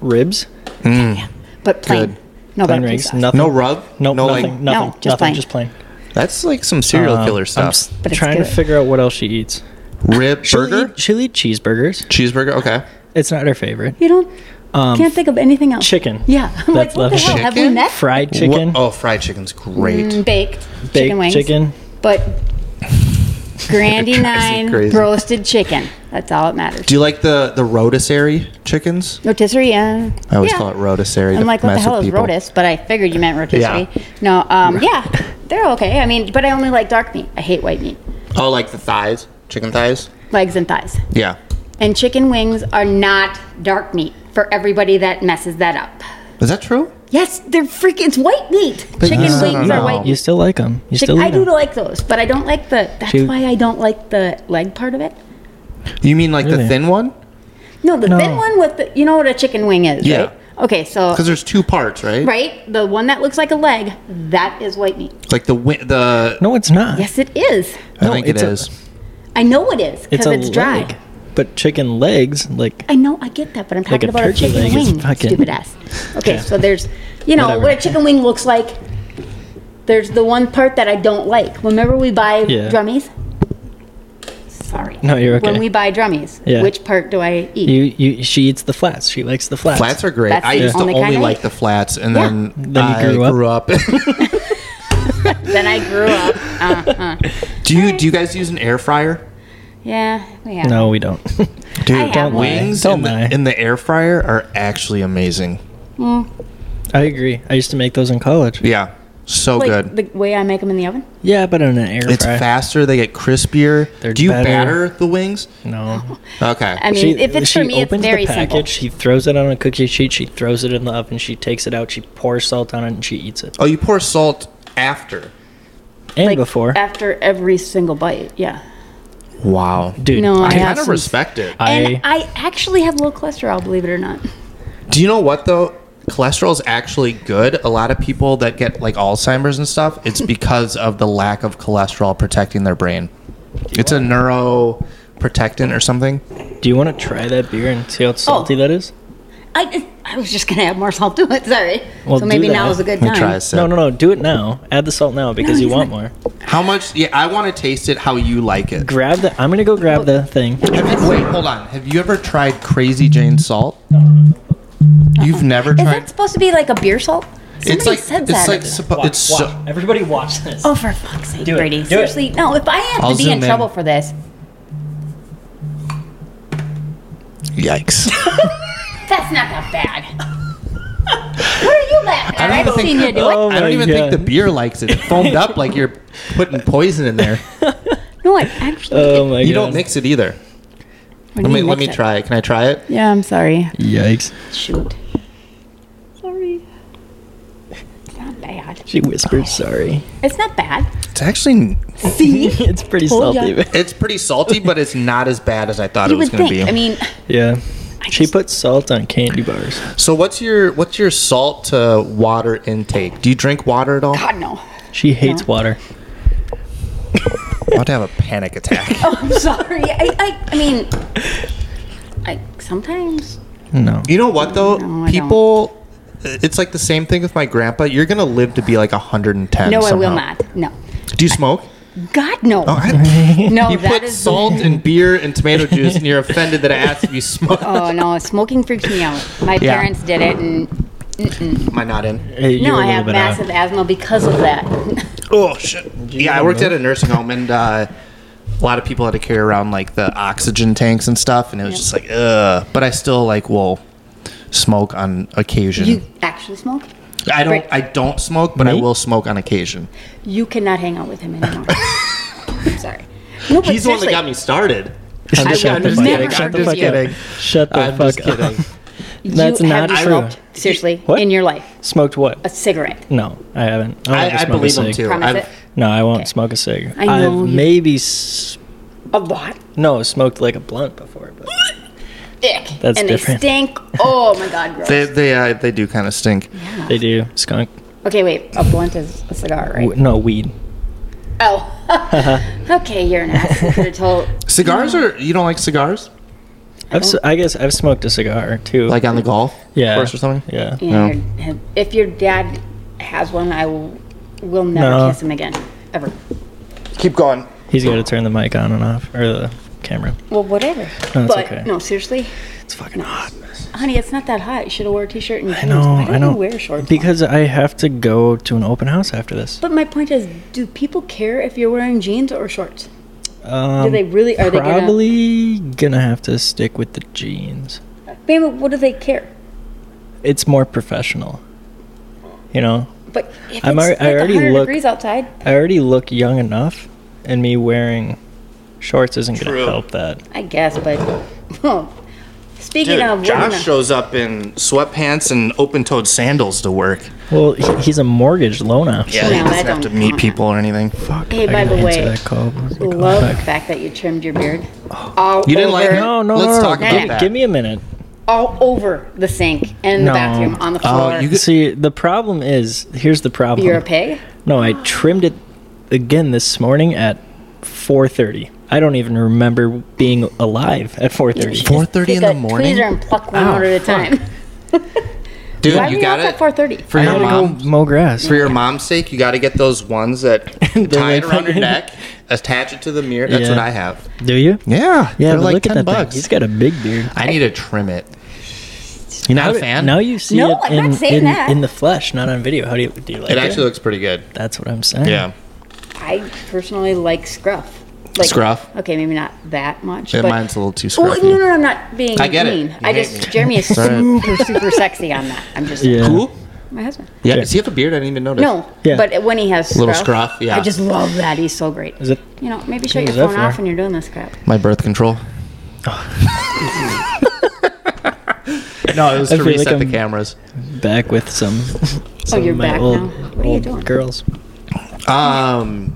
Speaker 4: ribs.
Speaker 2: but plain.
Speaker 1: Good.
Speaker 2: No,
Speaker 4: Plain
Speaker 2: but
Speaker 4: ribs.
Speaker 2: No.
Speaker 4: Nothing.
Speaker 1: No rub.
Speaker 4: Nope,
Speaker 1: no Uh,
Speaker 4: nothing.
Speaker 1: Like,
Speaker 4: nothing.
Speaker 2: No, just
Speaker 4: nothing.
Speaker 2: plain.
Speaker 4: Just plain.
Speaker 1: that's like some serial
Speaker 4: Um,
Speaker 1: killer
Speaker 4: I'm
Speaker 1: stuff.
Speaker 4: s-
Speaker 2: But it's
Speaker 4: trying to
Speaker 2: good.
Speaker 4: figure out what else she eats.
Speaker 1: Rib
Speaker 4: She'll
Speaker 1: burger,
Speaker 4: eat- she'll eat cheeseburgers.
Speaker 1: cheeseburger. Okay.
Speaker 4: It's not her favorite.
Speaker 2: You don't,
Speaker 4: Um,
Speaker 2: can't think of anything else.
Speaker 4: chicken.
Speaker 2: Yeah. *laughs* I'm
Speaker 4: That's
Speaker 2: like, what the
Speaker 4: love
Speaker 2: hell? Have we
Speaker 1: chicken.
Speaker 2: met? Mm,
Speaker 4: Fried chicken.
Speaker 1: Wha- Oh, fried chicken's great.
Speaker 2: Baked.
Speaker 4: baked
Speaker 2: chicken wings.
Speaker 4: chicken.
Speaker 1: *laughs*
Speaker 2: but Grandy
Speaker 1: Crazy,
Speaker 2: Nine
Speaker 1: crazy.
Speaker 2: roasted chicken. That's all it matters.
Speaker 1: Do you like the the rotisserie chickens?
Speaker 2: rotisserie, yeah.
Speaker 1: I always
Speaker 2: Yeah.
Speaker 1: call it rotisserie.
Speaker 2: I'm
Speaker 1: to
Speaker 2: like, what the
Speaker 1: mess
Speaker 2: hell
Speaker 1: with
Speaker 2: is
Speaker 1: people.
Speaker 2: rotis? But I figured you meant rotisserie.
Speaker 1: Yeah.
Speaker 2: No, um, yeah, they're okay. I mean, but I only like dark meat. I hate white meat,
Speaker 1: Oh, like the thighs, chicken thighs.
Speaker 2: legs and thighs.
Speaker 1: Yeah.
Speaker 2: And chicken wings are not dark meat for everybody that messes that up.
Speaker 1: Is that true?
Speaker 2: Yes, they're freaking. It's white meat. chicken
Speaker 4: you still-
Speaker 2: wings
Speaker 1: no,
Speaker 2: are
Speaker 1: no.
Speaker 2: white.
Speaker 4: You
Speaker 2: meat.
Speaker 4: still like them. You
Speaker 2: Chick-
Speaker 4: still eat
Speaker 2: I do
Speaker 4: 'em.
Speaker 2: like those, but I don't like the. That's
Speaker 4: She-
Speaker 2: why I don't like the leg part of it.
Speaker 1: You mean like the
Speaker 4: Really?
Speaker 1: thin one?
Speaker 2: No, the thin
Speaker 4: No.
Speaker 2: one with the you know what a chicken wing is,
Speaker 1: Yeah.
Speaker 2: right? Okay, so
Speaker 1: Because there's two parts, right?
Speaker 2: right, the one that looks like a leg, that is white meat.
Speaker 1: Like the wi- the.
Speaker 4: No, it's not.
Speaker 2: Yes, it is.
Speaker 1: I
Speaker 4: no,
Speaker 1: think it
Speaker 4: it's a-
Speaker 1: is.
Speaker 2: I know it is
Speaker 4: It's
Speaker 2: because
Speaker 4: a
Speaker 2: it's, dry.
Speaker 4: leg. But chicken legs, like
Speaker 2: I know, I get that, but I'm
Speaker 4: Like
Speaker 2: talking
Speaker 4: a
Speaker 2: about a
Speaker 4: turkey
Speaker 2: chicken
Speaker 4: leg is
Speaker 2: wing,
Speaker 4: fucking-
Speaker 2: stupid ass. Okay, so there's you know
Speaker 4: Whatever.
Speaker 2: what a chicken wing looks like. There's the one part that I don't like. Remember we buy
Speaker 4: Yeah.
Speaker 2: drummies. Sorry.
Speaker 4: No, you're okay.
Speaker 2: When we buy drummies,
Speaker 4: Yeah.
Speaker 2: which part do I eat?
Speaker 4: you, you, she eats the flats. She likes the flats.
Speaker 1: Flats are great.
Speaker 2: That's
Speaker 1: I
Speaker 2: the
Speaker 1: used to
Speaker 2: only
Speaker 1: only
Speaker 2: kind I
Speaker 1: like
Speaker 2: ate.
Speaker 1: the flats, and
Speaker 2: Yeah.
Speaker 1: then,
Speaker 4: Then you
Speaker 1: I
Speaker 4: grew
Speaker 1: grew
Speaker 4: up.
Speaker 1: up.
Speaker 2: then I grew up. Uh, uh.
Speaker 1: *laughs* Do you do you guys use an air fryer?
Speaker 2: Yeah, we have.
Speaker 4: No, we don't.
Speaker 2: I have one.
Speaker 4: don't lie.
Speaker 1: Wings
Speaker 4: Don't
Speaker 1: in
Speaker 4: lie.
Speaker 1: the, in the air fryer are actually amazing.
Speaker 4: I agree. I used to make those in college.
Speaker 1: Yeah, so
Speaker 2: Like
Speaker 1: good.
Speaker 2: the way I make them in the oven.
Speaker 4: Yeah, but in an air
Speaker 1: it's
Speaker 4: fry.
Speaker 1: faster. They get crispier.
Speaker 4: They're
Speaker 1: do you
Speaker 4: better.
Speaker 1: batter the wings?
Speaker 4: No.
Speaker 1: Okay.
Speaker 2: I mean, if it's for me, it's very simple.
Speaker 4: She throws it on a cookie sheet. She throws it in the oven. She takes it out. She pours salt on it and she eats it.
Speaker 1: oh, you pour salt after.
Speaker 4: And
Speaker 2: Like, uh,
Speaker 4: before,
Speaker 2: after every single bite, yeah.
Speaker 1: Wow.
Speaker 4: dude,
Speaker 2: No,
Speaker 4: I,
Speaker 1: I
Speaker 2: have
Speaker 1: kind of
Speaker 2: some-
Speaker 1: respect it.
Speaker 2: and I actually have low cholesterol, believe it or not.
Speaker 1: Do you know what though? Cholesterol is actually good. A lot of people that get like Alzheimer's and stuff, it's because of the lack of cholesterol protecting their brain. It's a neuroprotectant or something.
Speaker 4: do you want to try that beer and see how
Speaker 2: Oh.
Speaker 4: salty that is?
Speaker 2: I, I was just gonna add more salt to it. Sorry.
Speaker 4: Well,
Speaker 2: so maybe
Speaker 4: do
Speaker 2: now
Speaker 4: that.
Speaker 2: is a
Speaker 1: Let
Speaker 2: good
Speaker 1: me
Speaker 2: time.
Speaker 1: try a sip.
Speaker 4: No, no, no. Do it now. Add the salt now because you
Speaker 2: he's
Speaker 4: want
Speaker 2: not-
Speaker 4: more.
Speaker 1: How much? Yeah, I want to taste it how you like it.
Speaker 4: Grab the. I'm gonna go grab the thing.
Speaker 1: Have you- wait, hold on. Have you ever tried Crazy Jane salt? You've never
Speaker 2: Is
Speaker 1: tried.
Speaker 2: that supposed to be like a beer salt? Somebody
Speaker 1: it's like
Speaker 2: said
Speaker 1: it's
Speaker 2: that.
Speaker 1: like suppo- it's so.
Speaker 4: Everybody watch this.
Speaker 2: oh, for fuck's sake,
Speaker 4: Do it.
Speaker 2: Brady.
Speaker 4: Do it.
Speaker 2: Seriously, no. If I have
Speaker 1: I'll
Speaker 2: to be
Speaker 1: zoom
Speaker 2: in
Speaker 1: in.
Speaker 2: trouble for this,
Speaker 1: Yikes!
Speaker 2: that's not that bad. *laughs* what are you laughing at?
Speaker 1: don't
Speaker 2: I haven't
Speaker 1: think- Uh,
Speaker 2: seen you do
Speaker 4: Oh
Speaker 1: I
Speaker 2: it.
Speaker 4: my
Speaker 1: don't even think
Speaker 4: God.
Speaker 1: the beer likes it. It foamed up like you're putting poison in there.
Speaker 2: No, I actually.
Speaker 4: Oh my god.
Speaker 1: You don't mix it either.
Speaker 2: What do
Speaker 1: uh, Let me
Speaker 2: you
Speaker 1: let
Speaker 2: mix
Speaker 1: me
Speaker 2: it?
Speaker 1: try it. Can I try it?
Speaker 2: Yeah, I'm sorry.
Speaker 4: Yikes.
Speaker 2: Shoot. Sorry. It's not bad.
Speaker 4: She whispered, "Sorry."
Speaker 2: It's not bad.
Speaker 1: It's actually *laughs*
Speaker 2: See?
Speaker 4: it's pretty
Speaker 2: Told
Speaker 4: salty.
Speaker 2: ya.
Speaker 4: but-
Speaker 1: it's pretty salty, but it's not as bad as I thought
Speaker 2: You
Speaker 1: it was
Speaker 2: would
Speaker 1: going
Speaker 2: think.
Speaker 1: to be.
Speaker 2: I mean,
Speaker 4: Yeah. She
Speaker 2: just-
Speaker 4: put salt on candy bars.
Speaker 1: so what's your what's your salt to water intake? Do you drink water at all?
Speaker 2: God no.
Speaker 4: She hates water.
Speaker 1: I'm about to have a panic attack.
Speaker 2: Oh, I'm sorry. I, I, I mean, I sometimes
Speaker 4: No.
Speaker 1: *laughs* You know what though?
Speaker 2: No, I don't.
Speaker 1: People, uh, it's like the same thing with my grandpa. You're gonna live to be like 110.
Speaker 2: No, I will
Speaker 1: somehow.
Speaker 2: not. No.
Speaker 1: Do you smoke?
Speaker 2: God, no.
Speaker 1: Oh, *laughs* I-
Speaker 2: no,
Speaker 1: you
Speaker 2: that
Speaker 1: put
Speaker 2: is.
Speaker 1: salt and beer and tomato juice, and you're offended that I asked if you smoke.
Speaker 2: *laughs* Oh, no. Smoking freaks me out. My
Speaker 1: Yeah.
Speaker 2: parents did it, and
Speaker 1: Am I not in?
Speaker 4: Hey, you're
Speaker 2: no, I
Speaker 4: a little
Speaker 2: have
Speaker 1: uh,
Speaker 4: bit out.
Speaker 2: massive asthma because of that.
Speaker 1: Oh shit! Yeah, I worked at a nursing home, and uh, a lot of people had to carry around like the oxygen tanks and stuff, and it was just like, ugh. But I still like will smoke on occasion.
Speaker 2: you actually smoke?
Speaker 1: I don't.
Speaker 2: Right.
Speaker 1: I don't smoke, but I
Speaker 4: Me?
Speaker 1: will smoke on occasion.
Speaker 2: You cannot hang out with
Speaker 1: *laughs*
Speaker 2: him anymore. I'm sorry. No, but
Speaker 1: He's the one that
Speaker 2: seriously,
Speaker 1: got me started.
Speaker 4: *laughs* Shut
Speaker 1: I'm
Speaker 4: the
Speaker 1: just,
Speaker 4: fuck
Speaker 1: I'm just
Speaker 4: up.
Speaker 1: kidding.
Speaker 2: Shut
Speaker 1: I'm
Speaker 2: the
Speaker 1: just
Speaker 2: fuck up.
Speaker 1: kidding.
Speaker 4: Shut
Speaker 2: Oh,
Speaker 4: the
Speaker 1: I'm
Speaker 4: fuck
Speaker 1: just
Speaker 4: up.
Speaker 1: kidding.
Speaker 2: *laughs* you
Speaker 4: That's not
Speaker 2: have
Speaker 4: true.
Speaker 2: smoked, seriously,
Speaker 4: What?
Speaker 2: in your life,
Speaker 4: Smoked what?
Speaker 2: a cigarette.
Speaker 4: No, I haven't. I, don't
Speaker 1: I, I
Speaker 4: smoke a
Speaker 1: believe him
Speaker 4: cig.
Speaker 1: too.
Speaker 2: Promise
Speaker 1: I've-
Speaker 2: it.
Speaker 4: No, I won't smoke a cig.
Speaker 2: I know
Speaker 4: I've
Speaker 2: you-
Speaker 4: maybe s-
Speaker 2: A lot.
Speaker 4: no smoked like a blunt before, but
Speaker 2: Dick.
Speaker 4: That's
Speaker 2: and
Speaker 4: different.
Speaker 2: they stink. Oh, my God, gross.
Speaker 1: They they uh, they do kind of stink.
Speaker 4: they do skunk.
Speaker 2: okay, wait. A blunt is a cigar, right?
Speaker 4: w- No weed.
Speaker 2: Oh. *laughs* okay, you're an ass. I could have told.
Speaker 1: Cigars are you don't like cigars?
Speaker 4: I've si guess I've smoked a cigar too.
Speaker 1: Like on the golf
Speaker 4: yeah,
Speaker 1: course or something?
Speaker 4: Yeah.
Speaker 2: Yeah, your- If your dad has one, I will, will never
Speaker 4: No.
Speaker 2: kiss him again. Ever.
Speaker 1: Keep going.
Speaker 4: He's got to turn the mic on and off or the camera.
Speaker 2: Well, whatever.
Speaker 4: No, it's
Speaker 2: but
Speaker 4: okay.
Speaker 2: no, seriously,
Speaker 4: It's fucking hot.
Speaker 2: honey, it's not that hot. You should have wore a t-shirt and jeans.
Speaker 4: I know.
Speaker 2: Why don't
Speaker 4: I know.
Speaker 2: You wear shorts.
Speaker 4: because I have to go to an open house after this.
Speaker 2: But my point is, do people care if you're wearing jeans or shorts?
Speaker 4: Um,
Speaker 2: Do they really? Are they
Speaker 4: probably gonna... have to stick with the jeans.
Speaker 2: gonna? Babe, what do they care?
Speaker 4: It's more professional. You know,
Speaker 2: But if
Speaker 4: I'm
Speaker 2: it's
Speaker 4: alre-
Speaker 2: like
Speaker 4: I already
Speaker 2: 100
Speaker 4: look-
Speaker 2: degrees outside,
Speaker 4: I already look young enough, and me wearing shorts isn't gonna help that.
Speaker 2: I guess. But speaking
Speaker 1: Dude,
Speaker 2: of, we're
Speaker 1: Josh
Speaker 2: gonna-
Speaker 1: shows up in sweatpants and open-toed sandals to work.
Speaker 4: Well, he- he's a mortgage loan officer.
Speaker 1: Yeah,
Speaker 2: No,
Speaker 1: he doesn't
Speaker 2: that
Speaker 1: have to
Speaker 2: don't
Speaker 1: meet
Speaker 2: count.
Speaker 1: people or anything.
Speaker 2: hey,
Speaker 4: I
Speaker 2: by
Speaker 4: gotta
Speaker 2: the
Speaker 4: answer
Speaker 2: way,
Speaker 4: that call. What was the call?
Speaker 2: love the
Speaker 4: Fuck.
Speaker 2: fact that you trimmed your beard
Speaker 1: Oh.
Speaker 2: all
Speaker 1: You didn't like
Speaker 2: over,
Speaker 1: it?
Speaker 4: No, no,
Speaker 1: Let's
Speaker 4: no, no.
Speaker 1: talk
Speaker 4: give,
Speaker 1: about
Speaker 4: me-
Speaker 1: that.
Speaker 4: give me a minute.
Speaker 2: all over the sink and
Speaker 4: No.
Speaker 2: the bathroom on the floor.
Speaker 1: Oh, you
Speaker 2: you
Speaker 1: Good.
Speaker 4: See, the problem is here's the problem.
Speaker 2: are a pig.
Speaker 4: No, I trimmed it again this morning at 4:30. I don't even remember being alive at 4:30.
Speaker 1: 4:30
Speaker 2: Take
Speaker 1: in the
Speaker 2: a
Speaker 1: morning? Oh,
Speaker 2: tweezer and pluck one
Speaker 4: Ow,
Speaker 2: out at a
Speaker 4: fuck.
Speaker 2: time.
Speaker 1: Dude,
Speaker 2: Why are
Speaker 1: you
Speaker 2: we
Speaker 1: got
Speaker 2: off
Speaker 1: it
Speaker 2: at four thirty?
Speaker 1: for
Speaker 4: I
Speaker 1: your
Speaker 4: had to go
Speaker 1: mom.
Speaker 4: mow grass.
Speaker 1: For your mom's sake, you got to get those ones *laughs* that tie it
Speaker 4: like-
Speaker 1: around your neck, attach it to the mirror. That's
Speaker 4: Yeah.
Speaker 1: what I have.
Speaker 4: Do you?
Speaker 1: Yeah,
Speaker 4: Yeah, but look at that thing. He's got a big beard.
Speaker 1: I need to trim it. You're not
Speaker 4: How
Speaker 1: a
Speaker 4: do-
Speaker 1: fan?
Speaker 4: Now you see
Speaker 2: No,
Speaker 4: it
Speaker 2: I'm
Speaker 4: in,
Speaker 2: not saying
Speaker 4: in,
Speaker 2: that.
Speaker 4: in the flesh, not on video. How do you do you like
Speaker 1: It
Speaker 4: it?
Speaker 1: actually looks pretty good.
Speaker 4: That's what I'm saying.
Speaker 1: Yeah.
Speaker 2: I personally like scruff. Like,
Speaker 1: Scruff?
Speaker 2: Okay, maybe not that much.
Speaker 1: Yeah,
Speaker 2: but
Speaker 1: mine's a little too
Speaker 2: Well,
Speaker 1: scruffy.
Speaker 2: no, no, I'm not being
Speaker 1: I get it.
Speaker 2: mean.
Speaker 1: You
Speaker 2: I
Speaker 1: hate
Speaker 2: just
Speaker 1: me.
Speaker 2: Jeremy is
Speaker 1: *laughs* Sorry.
Speaker 2: super super sexy on that. I'm just
Speaker 4: Yeah.
Speaker 1: Who?
Speaker 2: my husband.
Speaker 1: Yeah. Does he have a beard? I didn't even notice.
Speaker 2: No,
Speaker 4: Yeah.
Speaker 2: but when he has
Speaker 1: Little scruff, yeah.
Speaker 2: I just love that. He's so great.
Speaker 4: Is it?
Speaker 2: You know, maybe shut your
Speaker 4: What was that
Speaker 2: phone off
Speaker 4: for?
Speaker 2: when you're doing this crap.
Speaker 1: My birth control. no, it was to
Speaker 4: I feel like
Speaker 1: reset the
Speaker 4: I'm-
Speaker 1: cameras.
Speaker 4: Back with some. some of
Speaker 2: Oh, you're
Speaker 4: my
Speaker 2: back
Speaker 4: old,
Speaker 2: now. What are you
Speaker 4: old
Speaker 2: doing?
Speaker 4: Girls.
Speaker 1: Um,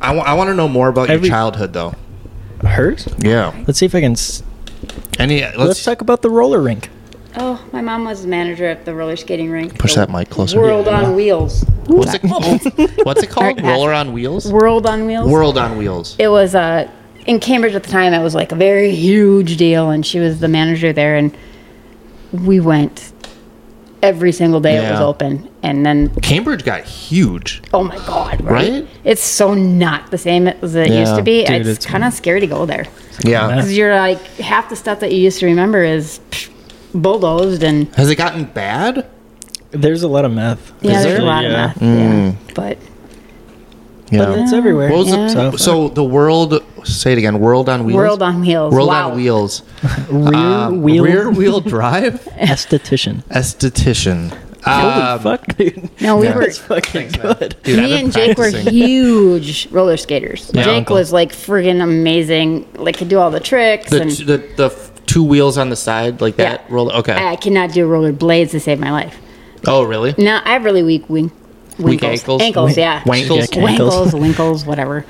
Speaker 1: I want to know more about
Speaker 4: Every-
Speaker 1: your childhood, though.
Speaker 4: Hers?
Speaker 1: Yeah.
Speaker 4: Let's see if I can. S-
Speaker 1: Any? Let's,
Speaker 4: let's talk about the roller rink.
Speaker 2: Oh, my mom was the manager at the roller skating rink.
Speaker 1: push
Speaker 2: The
Speaker 1: that mic closer.
Speaker 2: World on wheels.
Speaker 1: What's it called? *laughs* What's it called?
Speaker 2: Sorry.
Speaker 1: Roller on wheels.
Speaker 2: World on wheels.
Speaker 1: World on wheels.
Speaker 2: it was uh, in Cambridge at the time. It was like a very huge deal, and she was the manager there, and we went every single day it was
Speaker 1: Yeah.
Speaker 2: open. And then,
Speaker 1: Cambridge got huge.
Speaker 2: oh my god, right?
Speaker 1: Right?
Speaker 2: It's so not the same as it used
Speaker 1: Yeah.
Speaker 2: to be.
Speaker 4: Dude,
Speaker 2: it's
Speaker 4: it's-
Speaker 2: kind of scary to go there
Speaker 1: Yeah.
Speaker 4: Yeah.
Speaker 2: because you're like half the stuff that you used to remember is psh, bulldozed, and
Speaker 1: Has it gotten bad?
Speaker 4: There's a lot of meth.
Speaker 2: yeah,
Speaker 1: Is
Speaker 2: there's
Speaker 1: there? Hmm.
Speaker 2: a lot
Speaker 4: Yeah.
Speaker 2: of that. Yeah, but
Speaker 4: But it's everywhere.
Speaker 1: What was
Speaker 2: Yeah.
Speaker 1: the, so the world? Say it again. World on wheels.
Speaker 2: World on Wheels.
Speaker 1: World
Speaker 2: wow.
Speaker 1: on wheels.
Speaker 4: rear
Speaker 1: Um,
Speaker 2: *laughs*
Speaker 4: wheel
Speaker 1: Rear wheel drive.
Speaker 4: *laughs*
Speaker 1: *laughs*
Speaker 4: esthetician.
Speaker 1: Esthetician.
Speaker 4: Holy
Speaker 1: Um,
Speaker 4: fuck, dude.
Speaker 2: No, we
Speaker 1: Yeah.
Speaker 2: were
Speaker 4: That's fucking good.
Speaker 1: dude, I've
Speaker 2: Me
Speaker 1: been
Speaker 2: and Jake were
Speaker 1: practicing.
Speaker 2: huge roller skaters.
Speaker 4: My
Speaker 2: Jake
Speaker 4: uncle.
Speaker 2: was like friggin' amazing, like could do all the tricks.
Speaker 1: The,
Speaker 2: and
Speaker 1: t- the the f- two wheels on the side like that. Roll. Okay.
Speaker 2: I cannot do roller blades to save my life.
Speaker 1: oh really?
Speaker 2: No, I have really weak wing, winkles.
Speaker 1: ankles?
Speaker 2: Ankles, yeah.
Speaker 1: Wankles.
Speaker 4: Yeah, ankles.
Speaker 2: Wankles, winkles, whatever.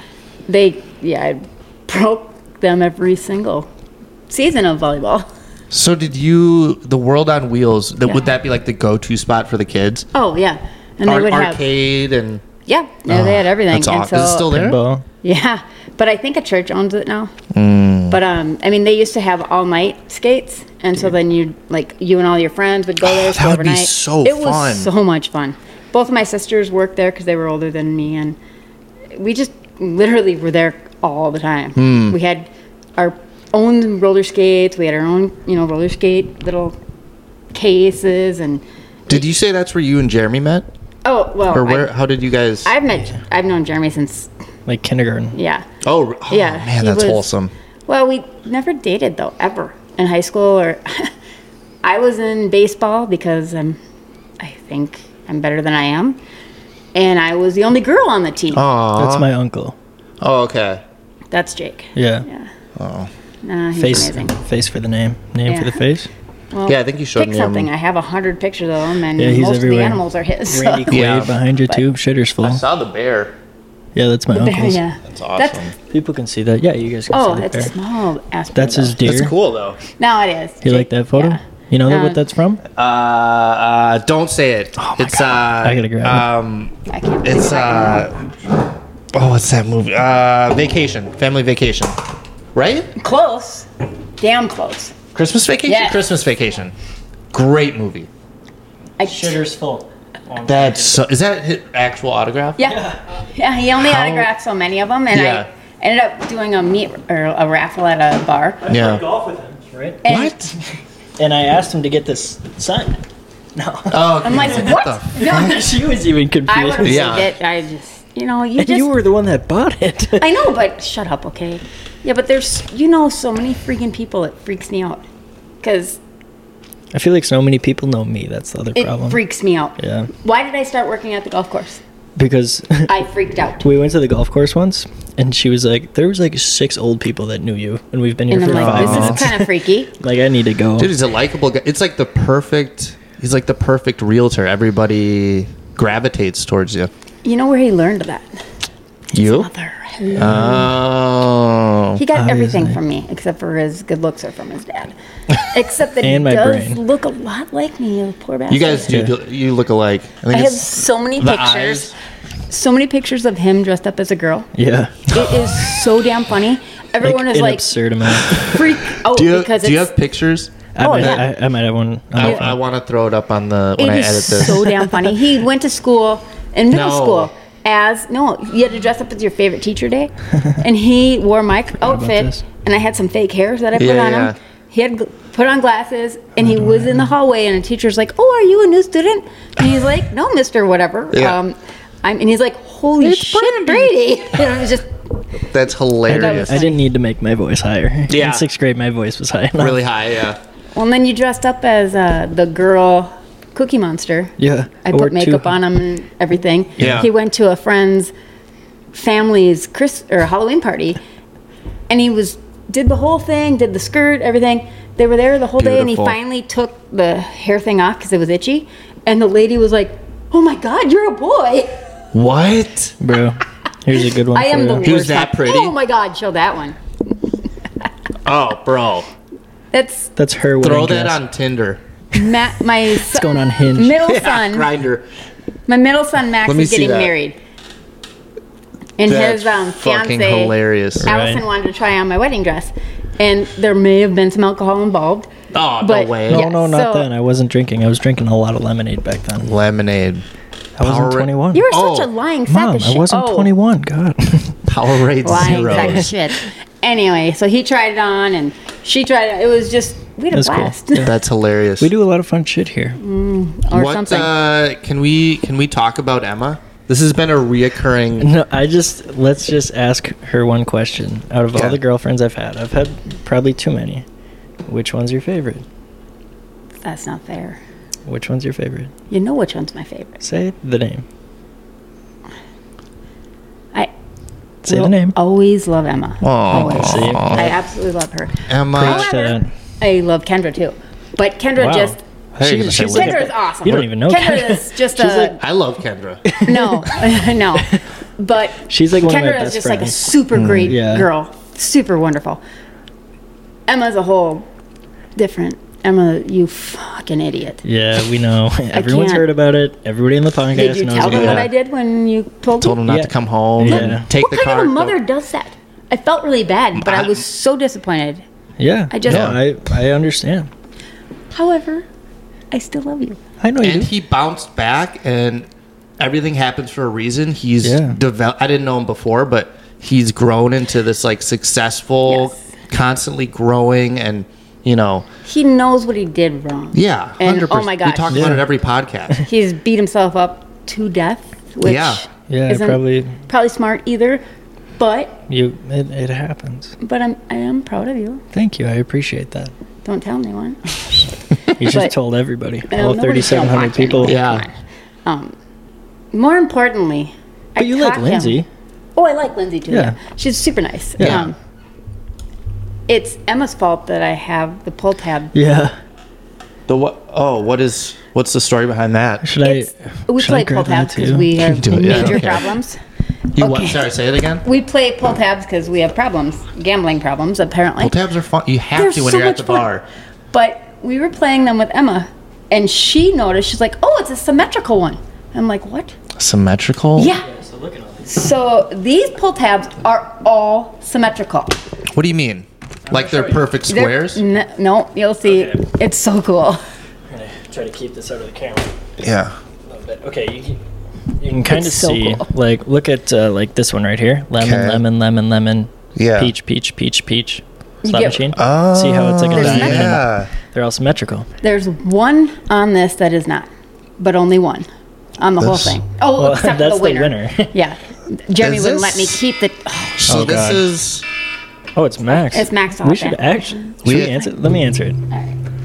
Speaker 2: They, yeah, I broke them every single season of volleyball.
Speaker 1: So did you the world on wheels? That,
Speaker 2: Yeah.
Speaker 1: Would that be like the go-to spot for the kids?
Speaker 2: Oh, yeah. And they
Speaker 1: Ar-
Speaker 2: would have,
Speaker 1: arcade and
Speaker 2: yeah, no, they had everything.
Speaker 1: that's
Speaker 2: and
Speaker 1: awesome. Is it
Speaker 2: so-
Speaker 1: still there?
Speaker 4: Pinball.
Speaker 2: Yeah, but I think a church owns it now.
Speaker 1: Mm.
Speaker 2: But um, I mean, they used to have all night skates, and so then you like you and all your friends would go there. stay
Speaker 1: Oh, That would be
Speaker 2: overnight.
Speaker 1: so
Speaker 2: It
Speaker 1: fun.
Speaker 2: was so much fun. Both of my sisters worked there because they were older than me, and we just literally were there all the time.
Speaker 1: Hmm.
Speaker 2: We had our own roller skates. We had our own you know roller skate little cases, and
Speaker 1: Did you say that's where you and Jeremy met,
Speaker 2: oh well.
Speaker 1: or where? how did you guys?
Speaker 2: I, I've met I've known Jeremy since
Speaker 4: Like kindergarten.
Speaker 2: yeah
Speaker 1: oh, r- oh,
Speaker 2: yeah,
Speaker 1: man,
Speaker 2: he
Speaker 1: that's
Speaker 2: was-
Speaker 1: wholesome.
Speaker 2: Well, we never dated though ever in high school or *laughs* I was in baseball because I'm I think I'm better than I am. And I was the only girl on the team.
Speaker 4: Oh.
Speaker 1: Aw.
Speaker 4: That's my uncle.
Speaker 1: Oh, okay.
Speaker 2: That's Jake.
Speaker 4: Yeah.
Speaker 2: Nah, he's
Speaker 4: Face
Speaker 2: amazing.
Speaker 4: face for the name. Name for
Speaker 2: Yeah.
Speaker 4: the
Speaker 2: *laughs*
Speaker 4: face.
Speaker 2: Well,
Speaker 1: Yeah, I think you showed
Speaker 2: pick
Speaker 1: me.
Speaker 2: something.
Speaker 1: Um,
Speaker 2: I have a hundred pictures of him and
Speaker 4: Yeah, he's
Speaker 2: most of
Speaker 4: everywhere.
Speaker 2: the animals are his.
Speaker 4: Randy
Speaker 2: so-
Speaker 4: Quaid
Speaker 1: Yeah.
Speaker 4: behind your tube. Shitter's full.
Speaker 1: I saw the bear.
Speaker 4: Yeah, that's my
Speaker 2: *laughs* *laughs*
Speaker 4: uncle's.
Speaker 2: yeah.
Speaker 1: That's awesome.
Speaker 4: People can see that. Yeah, you guys can
Speaker 2: Oh,
Speaker 4: see that
Speaker 2: it's
Speaker 4: there.
Speaker 2: a small ass.
Speaker 4: That's his deer.
Speaker 1: That's cool though.
Speaker 2: No, it is.
Speaker 4: You like that photo?
Speaker 2: Yeah.
Speaker 4: You know that
Speaker 2: No.
Speaker 4: what that's from?
Speaker 1: Uh, uh, don't say it.
Speaker 4: Oh, my
Speaker 1: it's
Speaker 4: God.
Speaker 1: uh,
Speaker 4: I gotta grab it.
Speaker 1: um,
Speaker 2: I can't believe
Speaker 1: it's
Speaker 2: I can-
Speaker 1: uh, oh, what's that movie? Uh, Vacation, Family Vacation, right?
Speaker 2: close. Damn close.
Speaker 1: Christmas Vacation.
Speaker 2: Yes.
Speaker 1: Christmas Vacation. Great movie.
Speaker 2: I
Speaker 4: full.
Speaker 1: That's so, is that his actual autograph?
Speaker 2: Yeah. Yeah, he only
Speaker 1: How-
Speaker 2: autographed so many of them, and
Speaker 1: Yeah.
Speaker 2: I ended up doing a meet or a raffle at a bar.
Speaker 1: Yeah.
Speaker 4: golf with him, right?
Speaker 2: And
Speaker 1: What?
Speaker 4: And I asked him to get this signed. *laughs* No.
Speaker 1: Oh,
Speaker 2: I'm like,
Speaker 1: okay.
Speaker 2: what?
Speaker 1: the f-
Speaker 2: *laughs* No,
Speaker 4: she was even
Speaker 2: I would
Speaker 4: confused.
Speaker 2: have
Speaker 1: Yeah.
Speaker 2: it. I just, you know, you *laughs*
Speaker 4: And
Speaker 2: just.
Speaker 4: you were the one that bought
Speaker 2: *laughs*
Speaker 4: it.
Speaker 2: I know, but shut up, okay? Yeah, but there's, you know, so many freaking people. It freaks me out because
Speaker 4: I feel like so many people know me. That's the other
Speaker 2: it
Speaker 4: problem.
Speaker 2: freaks me out.
Speaker 4: Yeah.
Speaker 2: Why did I start working at the golf course?
Speaker 4: Because *laughs*
Speaker 2: I freaked out.
Speaker 4: we went to the golf course once, and she was like, "There was like six old people that knew you, and we've been here
Speaker 2: And I'm
Speaker 4: for
Speaker 2: like,
Speaker 4: five
Speaker 2: this
Speaker 4: minutes.
Speaker 2: is kind of freaky.
Speaker 4: *laughs* like, I need to go."
Speaker 1: Dude, he's a likable guy. It's like the perfect. He's like the perfect realtor. Everybody gravitates towards you.
Speaker 2: You know where he learned that?
Speaker 1: You?
Speaker 2: Mother.
Speaker 1: Oh.
Speaker 2: He got everything
Speaker 4: Obviously.
Speaker 2: from me except for his good looks are from his
Speaker 4: *laughs*
Speaker 2: dad. Except that
Speaker 4: And
Speaker 2: he
Speaker 4: my
Speaker 2: does
Speaker 4: brain.
Speaker 2: look a lot like me, you poor bastard.
Speaker 1: You guys do. do- You look alike. I think
Speaker 2: I have
Speaker 1: it's
Speaker 2: so many
Speaker 1: the
Speaker 2: pictures.
Speaker 1: eyes.
Speaker 2: So many pictures of him dressed up as a girl.
Speaker 4: yeah,
Speaker 2: It is so damn funny.
Speaker 4: *laughs* like,
Speaker 2: Everyone
Speaker 4: an
Speaker 2: is like *laughs*
Speaker 4: absurd amount.
Speaker 2: freak out
Speaker 1: Do you,
Speaker 2: because
Speaker 1: do you
Speaker 2: it's
Speaker 1: have pictures?
Speaker 4: I,
Speaker 2: Oh,
Speaker 4: might,
Speaker 2: yeah.
Speaker 4: I, I might have uh, one. on my
Speaker 1: I,
Speaker 4: phone.
Speaker 1: I want to throw it up on the when I
Speaker 2: it
Speaker 1: edit
Speaker 2: is
Speaker 1: this.
Speaker 2: so damn funny. He went to school in middle
Speaker 1: No.
Speaker 2: school as no, you had to dress up as your favorite
Speaker 1: *laughs*
Speaker 2: teacher day, and he wore my
Speaker 4: about
Speaker 2: outfit,
Speaker 4: this.
Speaker 2: and I had some fake hairs that I put
Speaker 1: Yeah,
Speaker 2: on
Speaker 1: yeah.
Speaker 2: him. He had gl- put on glasses, and he was in the hallway, and a teacher's like, "Oh, are you a new student?" And he's like, "No, Mister, whatever."
Speaker 1: Yeah.
Speaker 2: Um, I'm, and he's like, "Holy shit, Brady!" *laughs* And I was just
Speaker 1: *laughs* That's hilarious.
Speaker 4: I didn't need to make my voice higher.
Speaker 1: *laughs* Yeah.
Speaker 4: In sixth grade, my voice was high enough.
Speaker 1: Really high, yeah.
Speaker 2: well. And then you dressed up as uh, the girl Cookie Monster.
Speaker 4: Yeah.
Speaker 2: I
Speaker 4: wore
Speaker 2: put
Speaker 4: two-
Speaker 2: makeup on him and everything.
Speaker 1: Yeah.
Speaker 2: He went to a friend's family's Chris or Halloween party, and he was did the whole thing, did the skirt, everything. They were there the whole day, and he
Speaker 1: Beautiful.
Speaker 2: finally took the hair thing off because it was itchy. And the lady was like, "Oh my God, you're a boy!
Speaker 1: What?
Speaker 4: Bro, here's a
Speaker 2: *laughs*
Speaker 4: good one.
Speaker 2: I
Speaker 4: for
Speaker 2: am the
Speaker 4: you.
Speaker 2: worst."
Speaker 1: He was that pretty?
Speaker 2: Oh my God, show that one.
Speaker 1: Oh, bro.
Speaker 2: That's
Speaker 4: That's her
Speaker 1: Throw
Speaker 4: wedding
Speaker 1: that
Speaker 4: dress.
Speaker 1: on Tinder.
Speaker 2: Ma- my son,
Speaker 4: going on
Speaker 2: *laughs*
Speaker 4: Hinge.
Speaker 2: middle
Speaker 1: Yeah, *laughs*
Speaker 2: son.
Speaker 1: grinder.
Speaker 2: My middle son Max
Speaker 1: Let me
Speaker 2: is
Speaker 1: see
Speaker 2: getting
Speaker 1: that.
Speaker 2: married, and
Speaker 1: That's
Speaker 2: his um,
Speaker 1: fucking
Speaker 2: fiance
Speaker 1: hilarious.
Speaker 2: Allison
Speaker 4: Right.
Speaker 2: wanted to try on my wedding dress, and there may have been some alcohol involved.
Speaker 1: Oh, no
Speaker 2: But-
Speaker 1: way.
Speaker 4: No,
Speaker 2: Yeah,
Speaker 4: no, not
Speaker 2: so-
Speaker 4: then. I wasn't drinking. I was drinking a lot of lemonade back then.
Speaker 1: Lemonade.
Speaker 4: I wasn't
Speaker 1: Power-
Speaker 4: 21.
Speaker 2: You were
Speaker 1: Oh,
Speaker 2: such a lying sack
Speaker 4: Mom,
Speaker 2: of shit.
Speaker 4: I wasn't
Speaker 2: Oh,
Speaker 4: 21. God. *laughs*
Speaker 1: Powerade
Speaker 2: Lying sack of
Speaker 1: zeros.
Speaker 2: shit. Anyway, so he tried it on, and she tried it. It was just we had a
Speaker 4: That's cool.
Speaker 2: blast
Speaker 4: Yeah.
Speaker 1: That's hilarious.
Speaker 4: we do a lot of fun shit here.
Speaker 2: *laughs* or
Speaker 1: what,
Speaker 2: something.
Speaker 1: Uh, can we can we talk about Emma? This has been a *laughs* reoccurring.
Speaker 4: *laughs* No, I just let's just ask her one question. Out of
Speaker 1: Okay.
Speaker 4: all the girlfriends I've had, I've had probably too many. Which one's your favorite?
Speaker 2: That's not fair.
Speaker 4: Which one's your favorite?
Speaker 2: You know which one's my favorite.
Speaker 4: Say the name.
Speaker 2: I
Speaker 4: Say the
Speaker 2: will
Speaker 4: name.
Speaker 2: Always love Emma. Always.
Speaker 4: See?
Speaker 2: I absolutely love her.
Speaker 1: Emma.
Speaker 4: Preach to
Speaker 2: However-
Speaker 4: that.
Speaker 2: I love Kendra too, but Kendra
Speaker 4: Wow.
Speaker 2: just.
Speaker 4: I thought you were gonna say
Speaker 1: she's-
Speaker 4: Whitney.
Speaker 2: Kendra is awesome.
Speaker 4: You don't even know
Speaker 2: Kendra,
Speaker 4: Kendra.
Speaker 2: is just
Speaker 4: She's
Speaker 2: a
Speaker 1: I love Kendra.
Speaker 2: no, *laughs* no. But
Speaker 4: She's like one of my
Speaker 2: Kendra is
Speaker 4: best
Speaker 2: just like a
Speaker 4: friends. Mm,
Speaker 2: super great
Speaker 4: yeah.
Speaker 2: girl, super wonderful. Emma's a whole different. Emma, you fucking idiot.
Speaker 4: *laughs* Yeah, we know. Everyone's
Speaker 2: can't.
Speaker 4: heard about it. Everybody in the podcast
Speaker 2: Did you
Speaker 4: knows
Speaker 2: tell
Speaker 4: about
Speaker 2: them
Speaker 4: it.
Speaker 2: what I did when you
Speaker 1: *laughs*
Speaker 2: told,
Speaker 1: Told
Speaker 2: me?
Speaker 1: him not
Speaker 4: Yeah.
Speaker 1: to come home.
Speaker 4: Yeah.
Speaker 1: And take
Speaker 2: What
Speaker 1: the
Speaker 2: kind
Speaker 1: car.
Speaker 2: of a mother does that? I felt really bad, but I, was so disappointed.
Speaker 4: Yeah.
Speaker 2: I just-
Speaker 4: no, I, I understand.
Speaker 2: However, I still love you.
Speaker 4: I know you
Speaker 1: and
Speaker 4: do.
Speaker 1: he bounced back, and everything happens for a reason. He's
Speaker 4: Yeah.
Speaker 1: developed. I didn't know him before, but he's grown into this like successful,
Speaker 2: Yes.
Speaker 1: constantly growing, and you know,
Speaker 2: He knows what he did wrong.
Speaker 1: yeah,
Speaker 2: And, oh
Speaker 1: 100%.
Speaker 2: my
Speaker 1: we
Speaker 2: gosh.
Speaker 1: talk about
Speaker 4: Yeah.
Speaker 1: it every
Speaker 2: *laughs*
Speaker 1: podcast.
Speaker 2: He's beat himself up to death, which
Speaker 1: Yeah.
Speaker 4: Yeah,
Speaker 2: isn't
Speaker 4: probably-
Speaker 2: probably smart either. But
Speaker 4: You it, it happens.
Speaker 2: but I'm I am proud of you.
Speaker 4: Thank you. I appreciate that.
Speaker 2: Don't tell anyone. *laughs*
Speaker 4: You just
Speaker 2: But-
Speaker 4: told everybody.
Speaker 2: I
Speaker 4: All
Speaker 2: don't know what he's gonna
Speaker 4: 3,700
Speaker 2: watch anyway.
Speaker 4: people.
Speaker 1: yeah,
Speaker 2: Um, more importantly, I
Speaker 4: But you like
Speaker 2: taught him-
Speaker 4: Lindsay.
Speaker 2: Oh, I like Lindsay too.
Speaker 4: Yeah.
Speaker 2: Yeah, she's super nice.
Speaker 4: Yeah.
Speaker 2: Um, it's Emma's fault that I have the pull tab.
Speaker 4: Yeah.
Speaker 1: the what? Oh, what is what's the story behind that?
Speaker 4: Should
Speaker 2: It's,
Speaker 4: I?
Speaker 2: we
Speaker 4: should I
Speaker 2: play pull
Speaker 4: grab that
Speaker 2: tabs because
Speaker 4: too?
Speaker 2: we
Speaker 4: *laughs*
Speaker 2: have
Speaker 1: Do it, yeah,
Speaker 2: major
Speaker 1: okay.
Speaker 2: problems.
Speaker 1: You what?
Speaker 2: Okay.
Speaker 1: Sorry, say it again.
Speaker 2: We play pull tabs because we have problems, gambling problems apparently.
Speaker 1: Pull tabs are fun. You have
Speaker 2: They're
Speaker 1: to when
Speaker 2: so
Speaker 1: you're at
Speaker 2: much
Speaker 1: the
Speaker 2: fun.
Speaker 1: bar.
Speaker 2: But we were playing them with Emma, and she noticed. She's like, "Oh, it's a symmetrical one." I'm like, "What?"
Speaker 1: Symmetrical.
Speaker 2: Oh, Yeah. So these pull tabs are all symmetrical.
Speaker 1: What do you mean? Like they're perfect
Speaker 2: They're-
Speaker 1: squares?
Speaker 2: N- no, you'll see.
Speaker 4: Okay.
Speaker 2: It's so cool.
Speaker 4: I'm gonna try to keep this out of the camera
Speaker 1: Yeah.
Speaker 4: a little bit. Okay, you can, you can kind of
Speaker 2: It's so
Speaker 4: see,
Speaker 2: cool.
Speaker 4: like, look at uh, like this one right here: lemon,
Speaker 1: Okay.
Speaker 4: lemon, lemon, lemon,
Speaker 1: Yeah. Oh.
Speaker 4: peach, peach, peach, peach. Slot
Speaker 2: get-
Speaker 4: machine. see how it's like a
Speaker 2: They're
Speaker 4: diamond.
Speaker 1: Yeah.
Speaker 4: They're all symmetrical.
Speaker 2: There's one on this that is not, but only one on the whole
Speaker 1: This-
Speaker 2: thing. Oh,
Speaker 4: *laughs* Well,
Speaker 2: except
Speaker 4: that's
Speaker 2: for the winner.
Speaker 4: winner.
Speaker 2: Yeah. Jeremy
Speaker 1: Is
Speaker 2: wouldn't let me
Speaker 1: this-
Speaker 2: keep the. oh,
Speaker 1: So
Speaker 4: Oh,
Speaker 1: this
Speaker 4: God.
Speaker 1: is
Speaker 4: oh, it's Max.
Speaker 2: It's Max
Speaker 4: We should
Speaker 2: Hoffman.
Speaker 4: actually. Should
Speaker 1: We-
Speaker 4: we, answer? Let me answer it.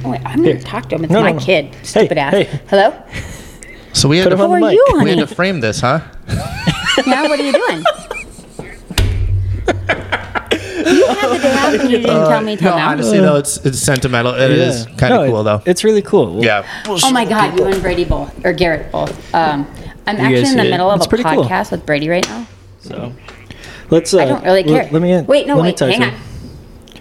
Speaker 2: wait, I'm
Speaker 4: Here.
Speaker 2: going to talk to him. It's
Speaker 4: No, no,
Speaker 2: my
Speaker 4: no.
Speaker 2: kid. Stupid ass.
Speaker 4: hey.
Speaker 2: Hello?
Speaker 1: so we had
Speaker 4: Put
Speaker 1: to
Speaker 4: him on
Speaker 2: Who
Speaker 4: the
Speaker 2: are
Speaker 4: mic.
Speaker 2: you,
Speaker 1: we had
Speaker 2: honey?
Speaker 1: to frame this, huh?
Speaker 2: now what are you doing? you had the day off and you didn't tell
Speaker 4: Uh,
Speaker 2: me till
Speaker 1: No,
Speaker 2: now.
Speaker 1: honestly though, it's it's sentimental. It is
Speaker 4: Yeah.
Speaker 1: kind of
Speaker 4: No, it-
Speaker 1: cool though.
Speaker 4: It's really cool.
Speaker 1: yeah.
Speaker 2: Oh my God, you and Brady both, or Garrett both. Um, I'm actually
Speaker 4: guys
Speaker 2: in the
Speaker 4: see it.
Speaker 2: middle of
Speaker 4: It's
Speaker 2: a
Speaker 4: pretty cool.
Speaker 2: podcast with Brady right now.
Speaker 4: So let's. Uh,
Speaker 2: I don't really
Speaker 4: l-
Speaker 2: care.
Speaker 4: let me.
Speaker 2: Wait, no,
Speaker 4: let me
Speaker 2: wait,
Speaker 4: talk to
Speaker 2: hang
Speaker 4: you.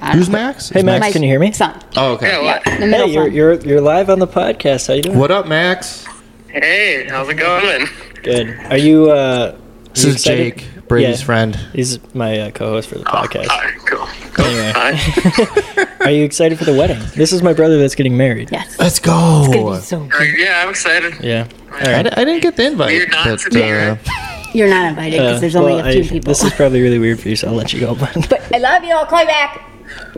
Speaker 2: on. Uh,
Speaker 1: Who's Max?
Speaker 4: Hey,
Speaker 1: Is
Speaker 4: Max. can you hear me?
Speaker 2: Son.
Speaker 1: Oh, okay.
Speaker 2: Yeah, the middle
Speaker 4: Hey, you're,
Speaker 2: son.
Speaker 4: you're you're live on the podcast. How you doing?
Speaker 1: What up, Max?
Speaker 3: Hey, how's it going?
Speaker 4: Good. Are you? Uh,
Speaker 1: This
Speaker 4: you
Speaker 1: is
Speaker 4: excited?
Speaker 1: Jake, Brady's
Speaker 4: Yeah.
Speaker 1: friend.
Speaker 4: He's my uh, co-host for the
Speaker 2: Oh,
Speaker 4: podcast.
Speaker 3: All right, cool. cool.
Speaker 4: Anyway.
Speaker 3: Hi.
Speaker 4: Are you excited for the wedding? This is my brother that's getting married.
Speaker 2: Yes.
Speaker 1: Let's go.
Speaker 2: Gonna be so
Speaker 3: Uh, yeah, I'm excited.
Speaker 4: Yeah. All
Speaker 1: I,
Speaker 4: right.
Speaker 1: d- I didn't get the invite.
Speaker 3: We're not
Speaker 1: but, *laughs*
Speaker 3: together.
Speaker 1: uh,
Speaker 2: You're not invited because
Speaker 4: Uh,
Speaker 2: there's only
Speaker 4: well,
Speaker 2: a few
Speaker 4: I-
Speaker 2: people.
Speaker 4: This is
Speaker 2: *laughs*
Speaker 4: probably really weird for you, so I'll let you go. But
Speaker 2: but I love you. I'll call you back.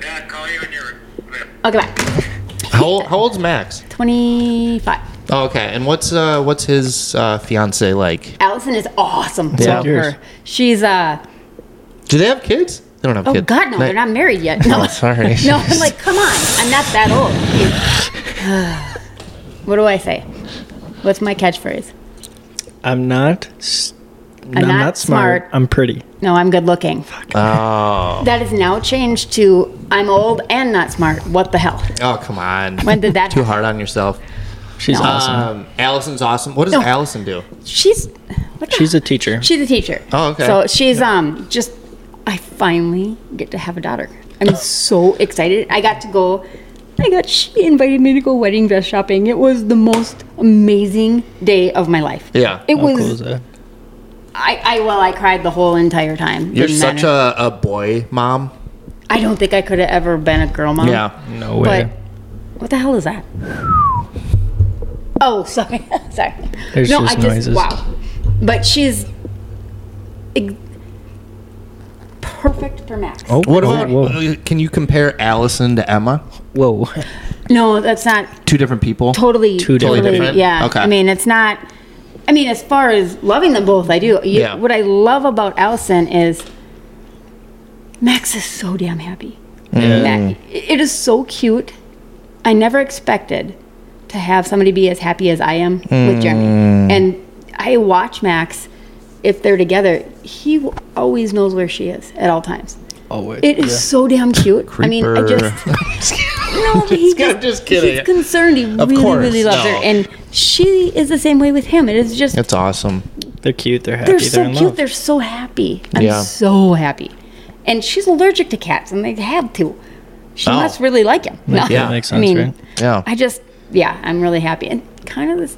Speaker 3: Yeah, call you when you're.
Speaker 2: Okay, bye.
Speaker 1: How, old, how old's Max?
Speaker 2: 25.
Speaker 1: Oh, okay. And what's uh what's his uh, fiance like?
Speaker 2: Allison is awesome.
Speaker 4: Yeah.
Speaker 2: Love
Speaker 4: Yours.
Speaker 2: her. She's uh
Speaker 1: Do they have kids? They don't have
Speaker 2: oh
Speaker 1: kids.
Speaker 2: god no, they're not married yet. No, *laughs*
Speaker 1: Oh, sorry.
Speaker 2: no, I'm like come on, I'm not that old. *sighs* what do I say? What's my catchphrase?
Speaker 4: *laughs* I'm not. s- I'm
Speaker 2: not smart.
Speaker 4: I'm pretty.
Speaker 2: No, I'm good looking.
Speaker 1: *laughs* Oh,
Speaker 2: That is now changed to I'm old and not smart. What the hell?
Speaker 1: oh, come on.
Speaker 2: When did
Speaker 1: *laughs*
Speaker 2: that
Speaker 1: Too
Speaker 2: happen?
Speaker 1: hard on yourself.
Speaker 4: She's awesome.
Speaker 1: Um, Allison's awesome. What does
Speaker 2: No.
Speaker 1: Allison do?
Speaker 2: She's what the-
Speaker 4: She's a teacher.
Speaker 2: she's a teacher.
Speaker 1: Oh, okay.
Speaker 2: So she's um just I finally get to have a daughter. I'm so excited. I got to go. I got she invited me to go wedding dress shopping. It was the most amazing day of my life.
Speaker 1: Yeah.
Speaker 2: It
Speaker 4: How
Speaker 2: was
Speaker 4: cool is that?
Speaker 2: I, I well I cried the whole entire time.
Speaker 1: You're
Speaker 2: Didn't
Speaker 1: such
Speaker 2: matter.
Speaker 1: a, a boy mom.
Speaker 2: I don't think I could have ever been a girl mom.
Speaker 4: No
Speaker 2: But
Speaker 4: way.
Speaker 2: what the hell is that? Oh, sorry, *laughs* sorry.
Speaker 4: There's
Speaker 2: no,
Speaker 4: just
Speaker 2: I just
Speaker 4: noises.
Speaker 2: wow. But she's ex- perfect for Max.
Speaker 4: oh,
Speaker 1: What
Speaker 4: oh,
Speaker 1: about?
Speaker 4: Whoa.
Speaker 1: uh, Can you compare Allison to Emma?
Speaker 4: whoa.
Speaker 2: No, that's not
Speaker 1: Two different people.
Speaker 2: totally
Speaker 4: Two
Speaker 2: totally,
Speaker 4: totally
Speaker 1: different?
Speaker 2: Yeah.
Speaker 1: Okay.
Speaker 2: I mean, it's not. I mean, as far as loving them both, I do. You,
Speaker 1: Yeah.
Speaker 2: What I love about Allison is Max is so damn happy. Ma- it is so cute. I never expected to have somebody be as happy as I am with
Speaker 1: Mm.
Speaker 2: Jeremy. And I watch Max. If they're together, he w- always knows where she is at all times.
Speaker 4: Always.
Speaker 2: It is so damn cute. I mean,
Speaker 1: *laughs*
Speaker 2: I just *laughs* no, but he
Speaker 1: kidding,
Speaker 2: just,
Speaker 1: just kidding.
Speaker 2: He's concerned. He really,
Speaker 1: course,
Speaker 2: really loves
Speaker 1: no.
Speaker 2: her, and she is the same way with him. It is just
Speaker 1: That's awesome.
Speaker 4: They're cute. They're happy.
Speaker 2: they're
Speaker 4: They're,
Speaker 2: so
Speaker 4: in
Speaker 2: cute.
Speaker 4: love.
Speaker 2: They're so happy. I'm
Speaker 1: Yeah.
Speaker 2: so happy, and she's allergic to cats, and they have to. She
Speaker 1: Oh.
Speaker 2: must really like him. *laughs* No,
Speaker 1: Yeah.
Speaker 4: That makes
Speaker 2: I
Speaker 4: sense,
Speaker 2: mean,
Speaker 4: right?
Speaker 1: Yeah.
Speaker 2: I just yeah, I'm really happy, and kind of this.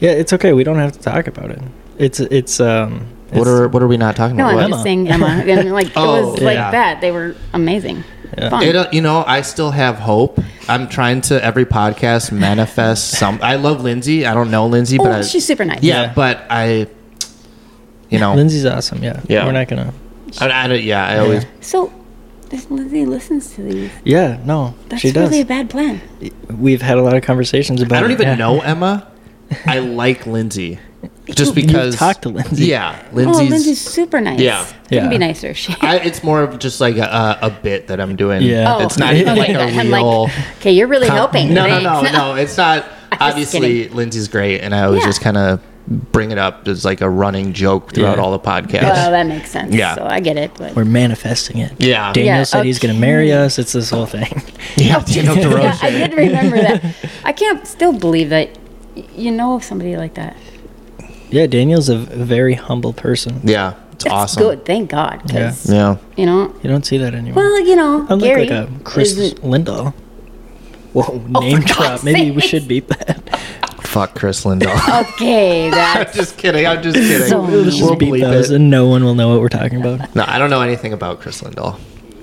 Speaker 4: Yeah, it's okay. We don't have to talk about it. It's it's um.
Speaker 1: what
Speaker 4: it's-
Speaker 1: are what are we not talking
Speaker 2: No,
Speaker 1: about?
Speaker 2: I'm
Speaker 4: Emma.
Speaker 2: just saying Emma,
Speaker 1: *laughs*
Speaker 2: and like it
Speaker 1: Oh,
Speaker 2: was like
Speaker 1: yeah.
Speaker 2: that. They were amazing. Fun.
Speaker 1: It, uh, you know, I still have hope. I'm trying to every podcast manifest some. I love Lindsay. I don't know Lindsay, but
Speaker 2: oh,
Speaker 1: I,
Speaker 2: she's super nice.
Speaker 1: yeah,
Speaker 4: Yeah.
Speaker 1: but I, you know,
Speaker 4: Lindsay's awesome. Yeah.
Speaker 1: Yeah.
Speaker 4: We're not gonna.
Speaker 1: I, I don't- yeah, I always.
Speaker 2: So. this Lizzie listens to these.
Speaker 4: Yeah. No.
Speaker 2: That's
Speaker 4: she does.
Speaker 2: really a bad plan.
Speaker 4: We've had a lot of conversations about.
Speaker 1: I don't
Speaker 4: it.
Speaker 1: even
Speaker 4: Yeah.
Speaker 1: know Emma.
Speaker 4: *laughs*
Speaker 1: I like Lindsay, just
Speaker 4: You've
Speaker 1: because
Speaker 4: talked to Lindsay.
Speaker 1: Yeah,
Speaker 2: Oh,
Speaker 1: Lindsay's.
Speaker 2: Lindsay's super nice.
Speaker 1: Yeah.
Speaker 2: Couldn't
Speaker 4: Yeah.
Speaker 2: be nicer. She. *laughs*
Speaker 1: I, it's more of just like a, a bit that I'm doing.
Speaker 4: Yeah.
Speaker 1: it's not even like a
Speaker 2: Oh, *laughs* I'm
Speaker 1: real.
Speaker 2: okay, you're really helping.
Speaker 1: No, no, no,
Speaker 2: Thanks. *laughs*
Speaker 1: no. It's not. Obviously, Lindsay's great, and I always
Speaker 2: Yeah.
Speaker 1: just kind of bring it up as like a running joke throughout
Speaker 4: Yeah.
Speaker 1: all the podcasts.
Speaker 2: Well, that makes sense.
Speaker 1: Yeah.
Speaker 2: So I get it. But
Speaker 4: We're manifesting it.
Speaker 1: Yeah.
Speaker 4: Daniel
Speaker 2: Yeah,
Speaker 4: said he's gonna
Speaker 2: okay.
Speaker 4: marry us. It's this whole thing. *laughs*
Speaker 1: yeah,
Speaker 2: *laughs*
Speaker 1: Daniel
Speaker 2: *laughs* Oh, yeah,
Speaker 1: DeRoche.
Speaker 2: I did remember that. I can't still believe that y- you know of somebody like that.
Speaker 4: Yeah. Daniel's a v- very humble person.
Speaker 1: Yeah, it's
Speaker 2: That's
Speaker 1: awesome.
Speaker 2: good. Thank God. 'cause,
Speaker 1: Yeah.
Speaker 2: You know.
Speaker 4: You don't see that anymore.
Speaker 2: Well, you know,
Speaker 4: Unlike
Speaker 2: Gary.
Speaker 4: like a Chris
Speaker 2: isn't-
Speaker 4: Lindahl. Whoa, name
Speaker 2: for
Speaker 4: drop.
Speaker 2: God's
Speaker 4: Maybe we
Speaker 2: sake.
Speaker 4: should beat that.
Speaker 1: Fuck Chris
Speaker 2: *laughs*
Speaker 1: Lindahl. *laughs*
Speaker 2: okay,
Speaker 1: I'm
Speaker 2: that's
Speaker 1: just kidding. I'm just kidding.
Speaker 2: So We'll just
Speaker 1: *laughs* we'll
Speaker 4: beat
Speaker 1: bleep
Speaker 4: those,
Speaker 1: it.
Speaker 4: and no one will know what we're talking about.
Speaker 1: No, I don't know anything about Chris Lindahl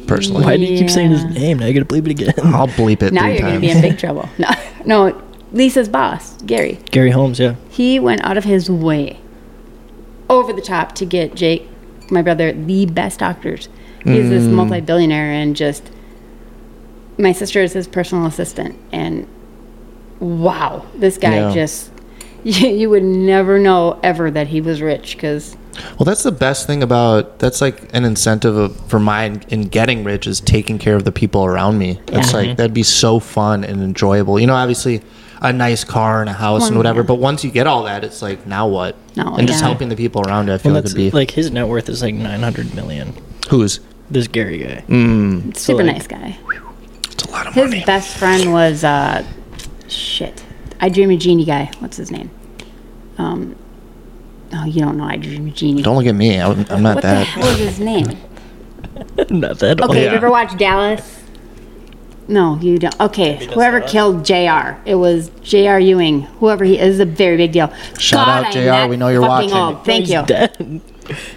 Speaker 1: personally.
Speaker 4: Why do you keep saying his
Speaker 2: Yeah.
Speaker 4: name? Now you gotta believe it again.
Speaker 1: I'll bleep it
Speaker 2: now
Speaker 1: three
Speaker 2: you're
Speaker 1: times.
Speaker 2: going to be in big trouble. No, no. Lisa's boss, Gary.
Speaker 4: *laughs* Gary Holmes, yeah.
Speaker 2: he went out of his way over the top to get Jake, my brother, the best doctors. He's this
Speaker 1: Mm.
Speaker 2: multi billionaire and just my sister is his personal assistant and wow, this guy
Speaker 1: Yeah.
Speaker 2: just *laughs* you, you would never know ever that he was rich because
Speaker 1: well, that's the best thing about that's like an incentive of, for mine in getting rich is taking care of the people around me. It's like that'd be so fun and enjoyable. You know, obviously a nice car and a house and whatever, but once you get all that, it's like now what?
Speaker 2: Now
Speaker 1: and just
Speaker 2: what?
Speaker 1: helping the people around you, I feel
Speaker 4: Well,
Speaker 1: like
Speaker 4: that's
Speaker 1: would be
Speaker 4: like his net worth is like 900 million.
Speaker 1: who's
Speaker 4: This Gary guy.
Speaker 1: Mm.
Speaker 2: super
Speaker 4: like,
Speaker 2: nice guy.
Speaker 1: it's a lot of
Speaker 2: His
Speaker 1: money.
Speaker 2: best friend was uh shit. I dream a genie guy. What's his name? Um Oh, you don't know I dream a genie.
Speaker 1: Don't look at me. I'm, I'm not
Speaker 2: what the
Speaker 1: that.
Speaker 2: hell is his name?
Speaker 4: *laughs* Not that old.
Speaker 2: Okay,
Speaker 1: Yeah.
Speaker 2: you ever watch Dallas? No, you don't. Okay, whoever killed Jr. It was Jr. Ewing. Whoever he is, is a very big deal.
Speaker 1: Shout out,
Speaker 2: I'm
Speaker 1: JR,
Speaker 2: not
Speaker 1: we know you're
Speaker 2: fucking
Speaker 1: watching.
Speaker 2: Old. Thank you.
Speaker 4: Dead.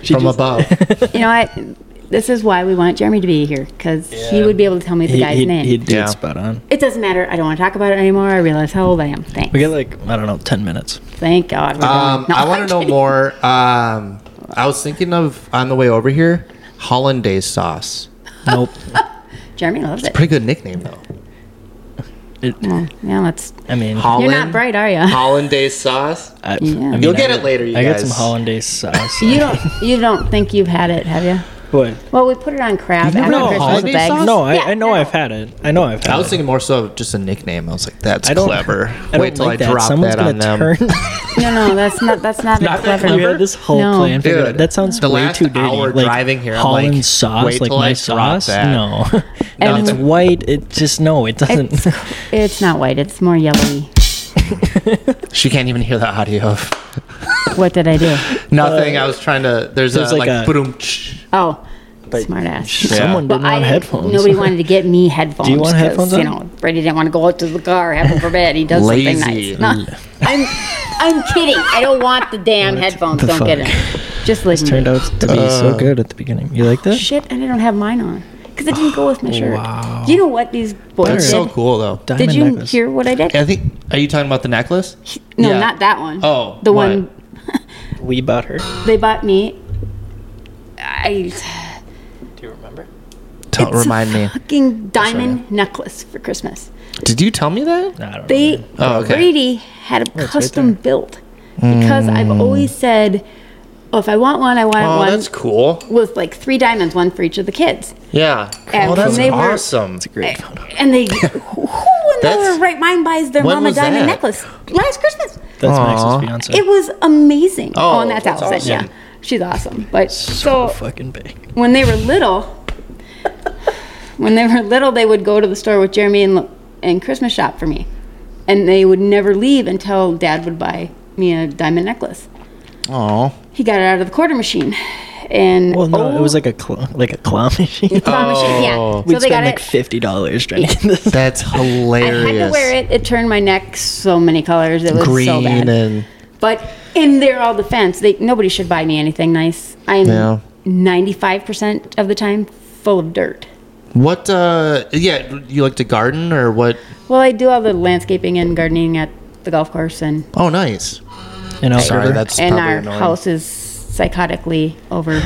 Speaker 4: She
Speaker 1: from
Speaker 4: just-
Speaker 1: above.
Speaker 2: *laughs* You know what? This is why we want Jeremy to be here because he would be able to tell me the
Speaker 4: He,
Speaker 2: guy's
Speaker 4: he,
Speaker 2: name.
Speaker 4: he did
Speaker 1: Yeah.
Speaker 4: spot on.
Speaker 2: it doesn't matter. I don't want to talk about it anymore. I realize how old I am. Thanks.
Speaker 4: We got like, I don't know, 10 minutes.
Speaker 2: Thank God. we're
Speaker 1: Um,
Speaker 2: going. No,
Speaker 1: I want to know more. Um, I was thinking of on the way over here, hollandaise sauce.
Speaker 4: Nope.
Speaker 2: Jeremy loves it.
Speaker 1: Pretty good nickname though.
Speaker 4: It,
Speaker 2: Well, yeah, let's.
Speaker 4: I mean,
Speaker 2: You're not bright, are you?
Speaker 1: hollandaise sauce.
Speaker 4: I, I
Speaker 2: Yeah.
Speaker 4: mean,
Speaker 1: You'll
Speaker 4: I
Speaker 1: get
Speaker 4: got-
Speaker 1: it later, you
Speaker 4: I got
Speaker 1: guys.
Speaker 4: some hollandaise
Speaker 2: *laughs*
Speaker 4: sauce.
Speaker 2: You don't. You don't think you've had it, have you?
Speaker 4: What?
Speaker 2: Well, we put it on crab
Speaker 1: You never
Speaker 2: after
Speaker 1: had
Speaker 2: Christmas
Speaker 1: hollandaise
Speaker 2: with eggs.
Speaker 1: sauce?
Speaker 4: No, I,
Speaker 2: Yeah,
Speaker 4: I know I've had it. I know I've had
Speaker 1: I was
Speaker 4: it.
Speaker 1: thinking more so of just a nickname. I was like, that's
Speaker 4: I don't,
Speaker 1: clever.
Speaker 4: *laughs* I don't
Speaker 1: Wait till
Speaker 4: like
Speaker 1: I drop
Speaker 4: Someone's
Speaker 1: that on them. *laughs*
Speaker 4: gonna turn. *laughs*
Speaker 2: No, no, that's not. That's not,
Speaker 1: Not that
Speaker 2: clever.
Speaker 1: clever.
Speaker 4: we had this whole
Speaker 2: No.
Speaker 4: plan. figured out.
Speaker 1: Dude,
Speaker 4: that sounds
Speaker 1: the
Speaker 4: way
Speaker 1: last
Speaker 4: too dirty.
Speaker 1: hour
Speaker 4: like
Speaker 1: driving here, I'm
Speaker 4: Holland
Speaker 1: like,
Speaker 4: sauce,
Speaker 1: wait
Speaker 4: like
Speaker 1: till I
Speaker 4: my
Speaker 1: drop
Speaker 4: sauce.
Speaker 1: that.
Speaker 4: No, *laughs*
Speaker 2: No,
Speaker 4: and it's
Speaker 1: it's-
Speaker 4: white. It just no, it doesn't.
Speaker 2: It's, *laughs* it's not white. It's more yellowy.
Speaker 1: She can't even hear the audio of
Speaker 2: What did I do?
Speaker 1: nothing. I was trying to. There's,
Speaker 4: Uh, there's
Speaker 1: a
Speaker 4: like
Speaker 1: like,
Speaker 4: a-
Speaker 1: boom.
Speaker 2: Oh, smart ass.
Speaker 4: *laughs* Someone
Speaker 2: Well,
Speaker 4: didn't want
Speaker 2: I-
Speaker 4: headphones. *laughs*
Speaker 2: Nobody wanted to get me headphones.
Speaker 4: Do you want
Speaker 2: 'cause,
Speaker 4: headphones
Speaker 2: You
Speaker 4: on?
Speaker 2: know, Brady didn't want to go out to the car. Heaven forbid he does
Speaker 1: Lazy.
Speaker 2: something nice. No, I'm, I'm kidding. I don't want the damn headphones.
Speaker 4: the
Speaker 2: don't get
Speaker 4: fuck?
Speaker 2: it. Just listen.
Speaker 4: Turned out to be
Speaker 1: Uh,
Speaker 4: so good at the beginning. You like that?
Speaker 2: Shit, and I don't have mine on because it didn't go with my
Speaker 4: Oh,
Speaker 2: shirt. Do you know what these boys
Speaker 1: That's
Speaker 2: did?
Speaker 1: so cool though.
Speaker 4: Diamond
Speaker 2: Did you
Speaker 4: necklace.
Speaker 2: hear what I did?
Speaker 1: I think. Are you talking about the necklace?
Speaker 2: No,
Speaker 1: Yeah.
Speaker 2: not that one.
Speaker 1: Oh,
Speaker 2: the
Speaker 1: what?
Speaker 2: one
Speaker 4: We bought her.
Speaker 2: they bought me. I
Speaker 4: Do you remember?
Speaker 1: Tell,
Speaker 2: It's a
Speaker 1: Oh, remind
Speaker 2: *laughs*
Speaker 1: me.
Speaker 2: fucking diamond necklace for Christmas.
Speaker 1: Did you tell me that?
Speaker 4: I don't know.
Speaker 2: They
Speaker 1: Oh, okay.
Speaker 2: Brady had a custom built because I've always said, oh, if I want one, I want
Speaker 1: Mm. Oh,
Speaker 2: one
Speaker 1: that's cool.
Speaker 2: with like three diamonds, one for each of the kids.
Speaker 1: Yeah.
Speaker 2: And
Speaker 1: oh, that's
Speaker 2: when they were-
Speaker 1: awesome.
Speaker 4: It's a great photo.
Speaker 2: And they, *laughs* who in
Speaker 1: That's-
Speaker 2: their right mind buys their
Speaker 1: When
Speaker 2: mom a
Speaker 1: was
Speaker 2: diamond
Speaker 1: that?
Speaker 2: necklace last Christmas?
Speaker 4: That's
Speaker 1: Aw.
Speaker 4: Max's fiance.
Speaker 2: It was amazing.
Speaker 1: Oh,
Speaker 2: Oh, and that's,
Speaker 1: that's
Speaker 2: Allison.
Speaker 1: awesome.
Speaker 2: Yeah, she's awesome. But so,
Speaker 4: so fucking big.
Speaker 2: when they were little, when they were little, they would go to the store with Jeremy and and Christmas shop for me, and they would never leave until Dad would buy me a diamond necklace.
Speaker 1: Oh.
Speaker 2: He got it out of the quarter machine, and
Speaker 4: Well, no, it was
Speaker 2: oh,
Speaker 4: like a cl- like a claw *laughs* machine.
Speaker 2: the claw machine. Yeah,
Speaker 4: We'd
Speaker 2: so they got
Speaker 4: spend like
Speaker 2: it.
Speaker 4: fifty dollars
Speaker 2: *laughs*
Speaker 4: trying to get this.
Speaker 1: That's
Speaker 2: I
Speaker 1: hilarious.
Speaker 2: had to wear it. It turned my neck so many colors. It was
Speaker 1: Green
Speaker 2: so bad.
Speaker 1: and
Speaker 2: But in their all defense, they nobody should buy me anything nice.
Speaker 1: Yeah.
Speaker 2: I'm ninety five percent of the time full of dirt.
Speaker 1: what? uh Yeah, you like to garden or what?
Speaker 2: Well, I do all the landscaping and gardening at the golf course, and
Speaker 1: Oh, nice.
Speaker 4: You know,
Speaker 1: Sorry,
Speaker 4: River.
Speaker 1: that's
Speaker 2: and
Speaker 1: probably
Speaker 2: our
Speaker 1: annoying.
Speaker 2: house is psychotically over.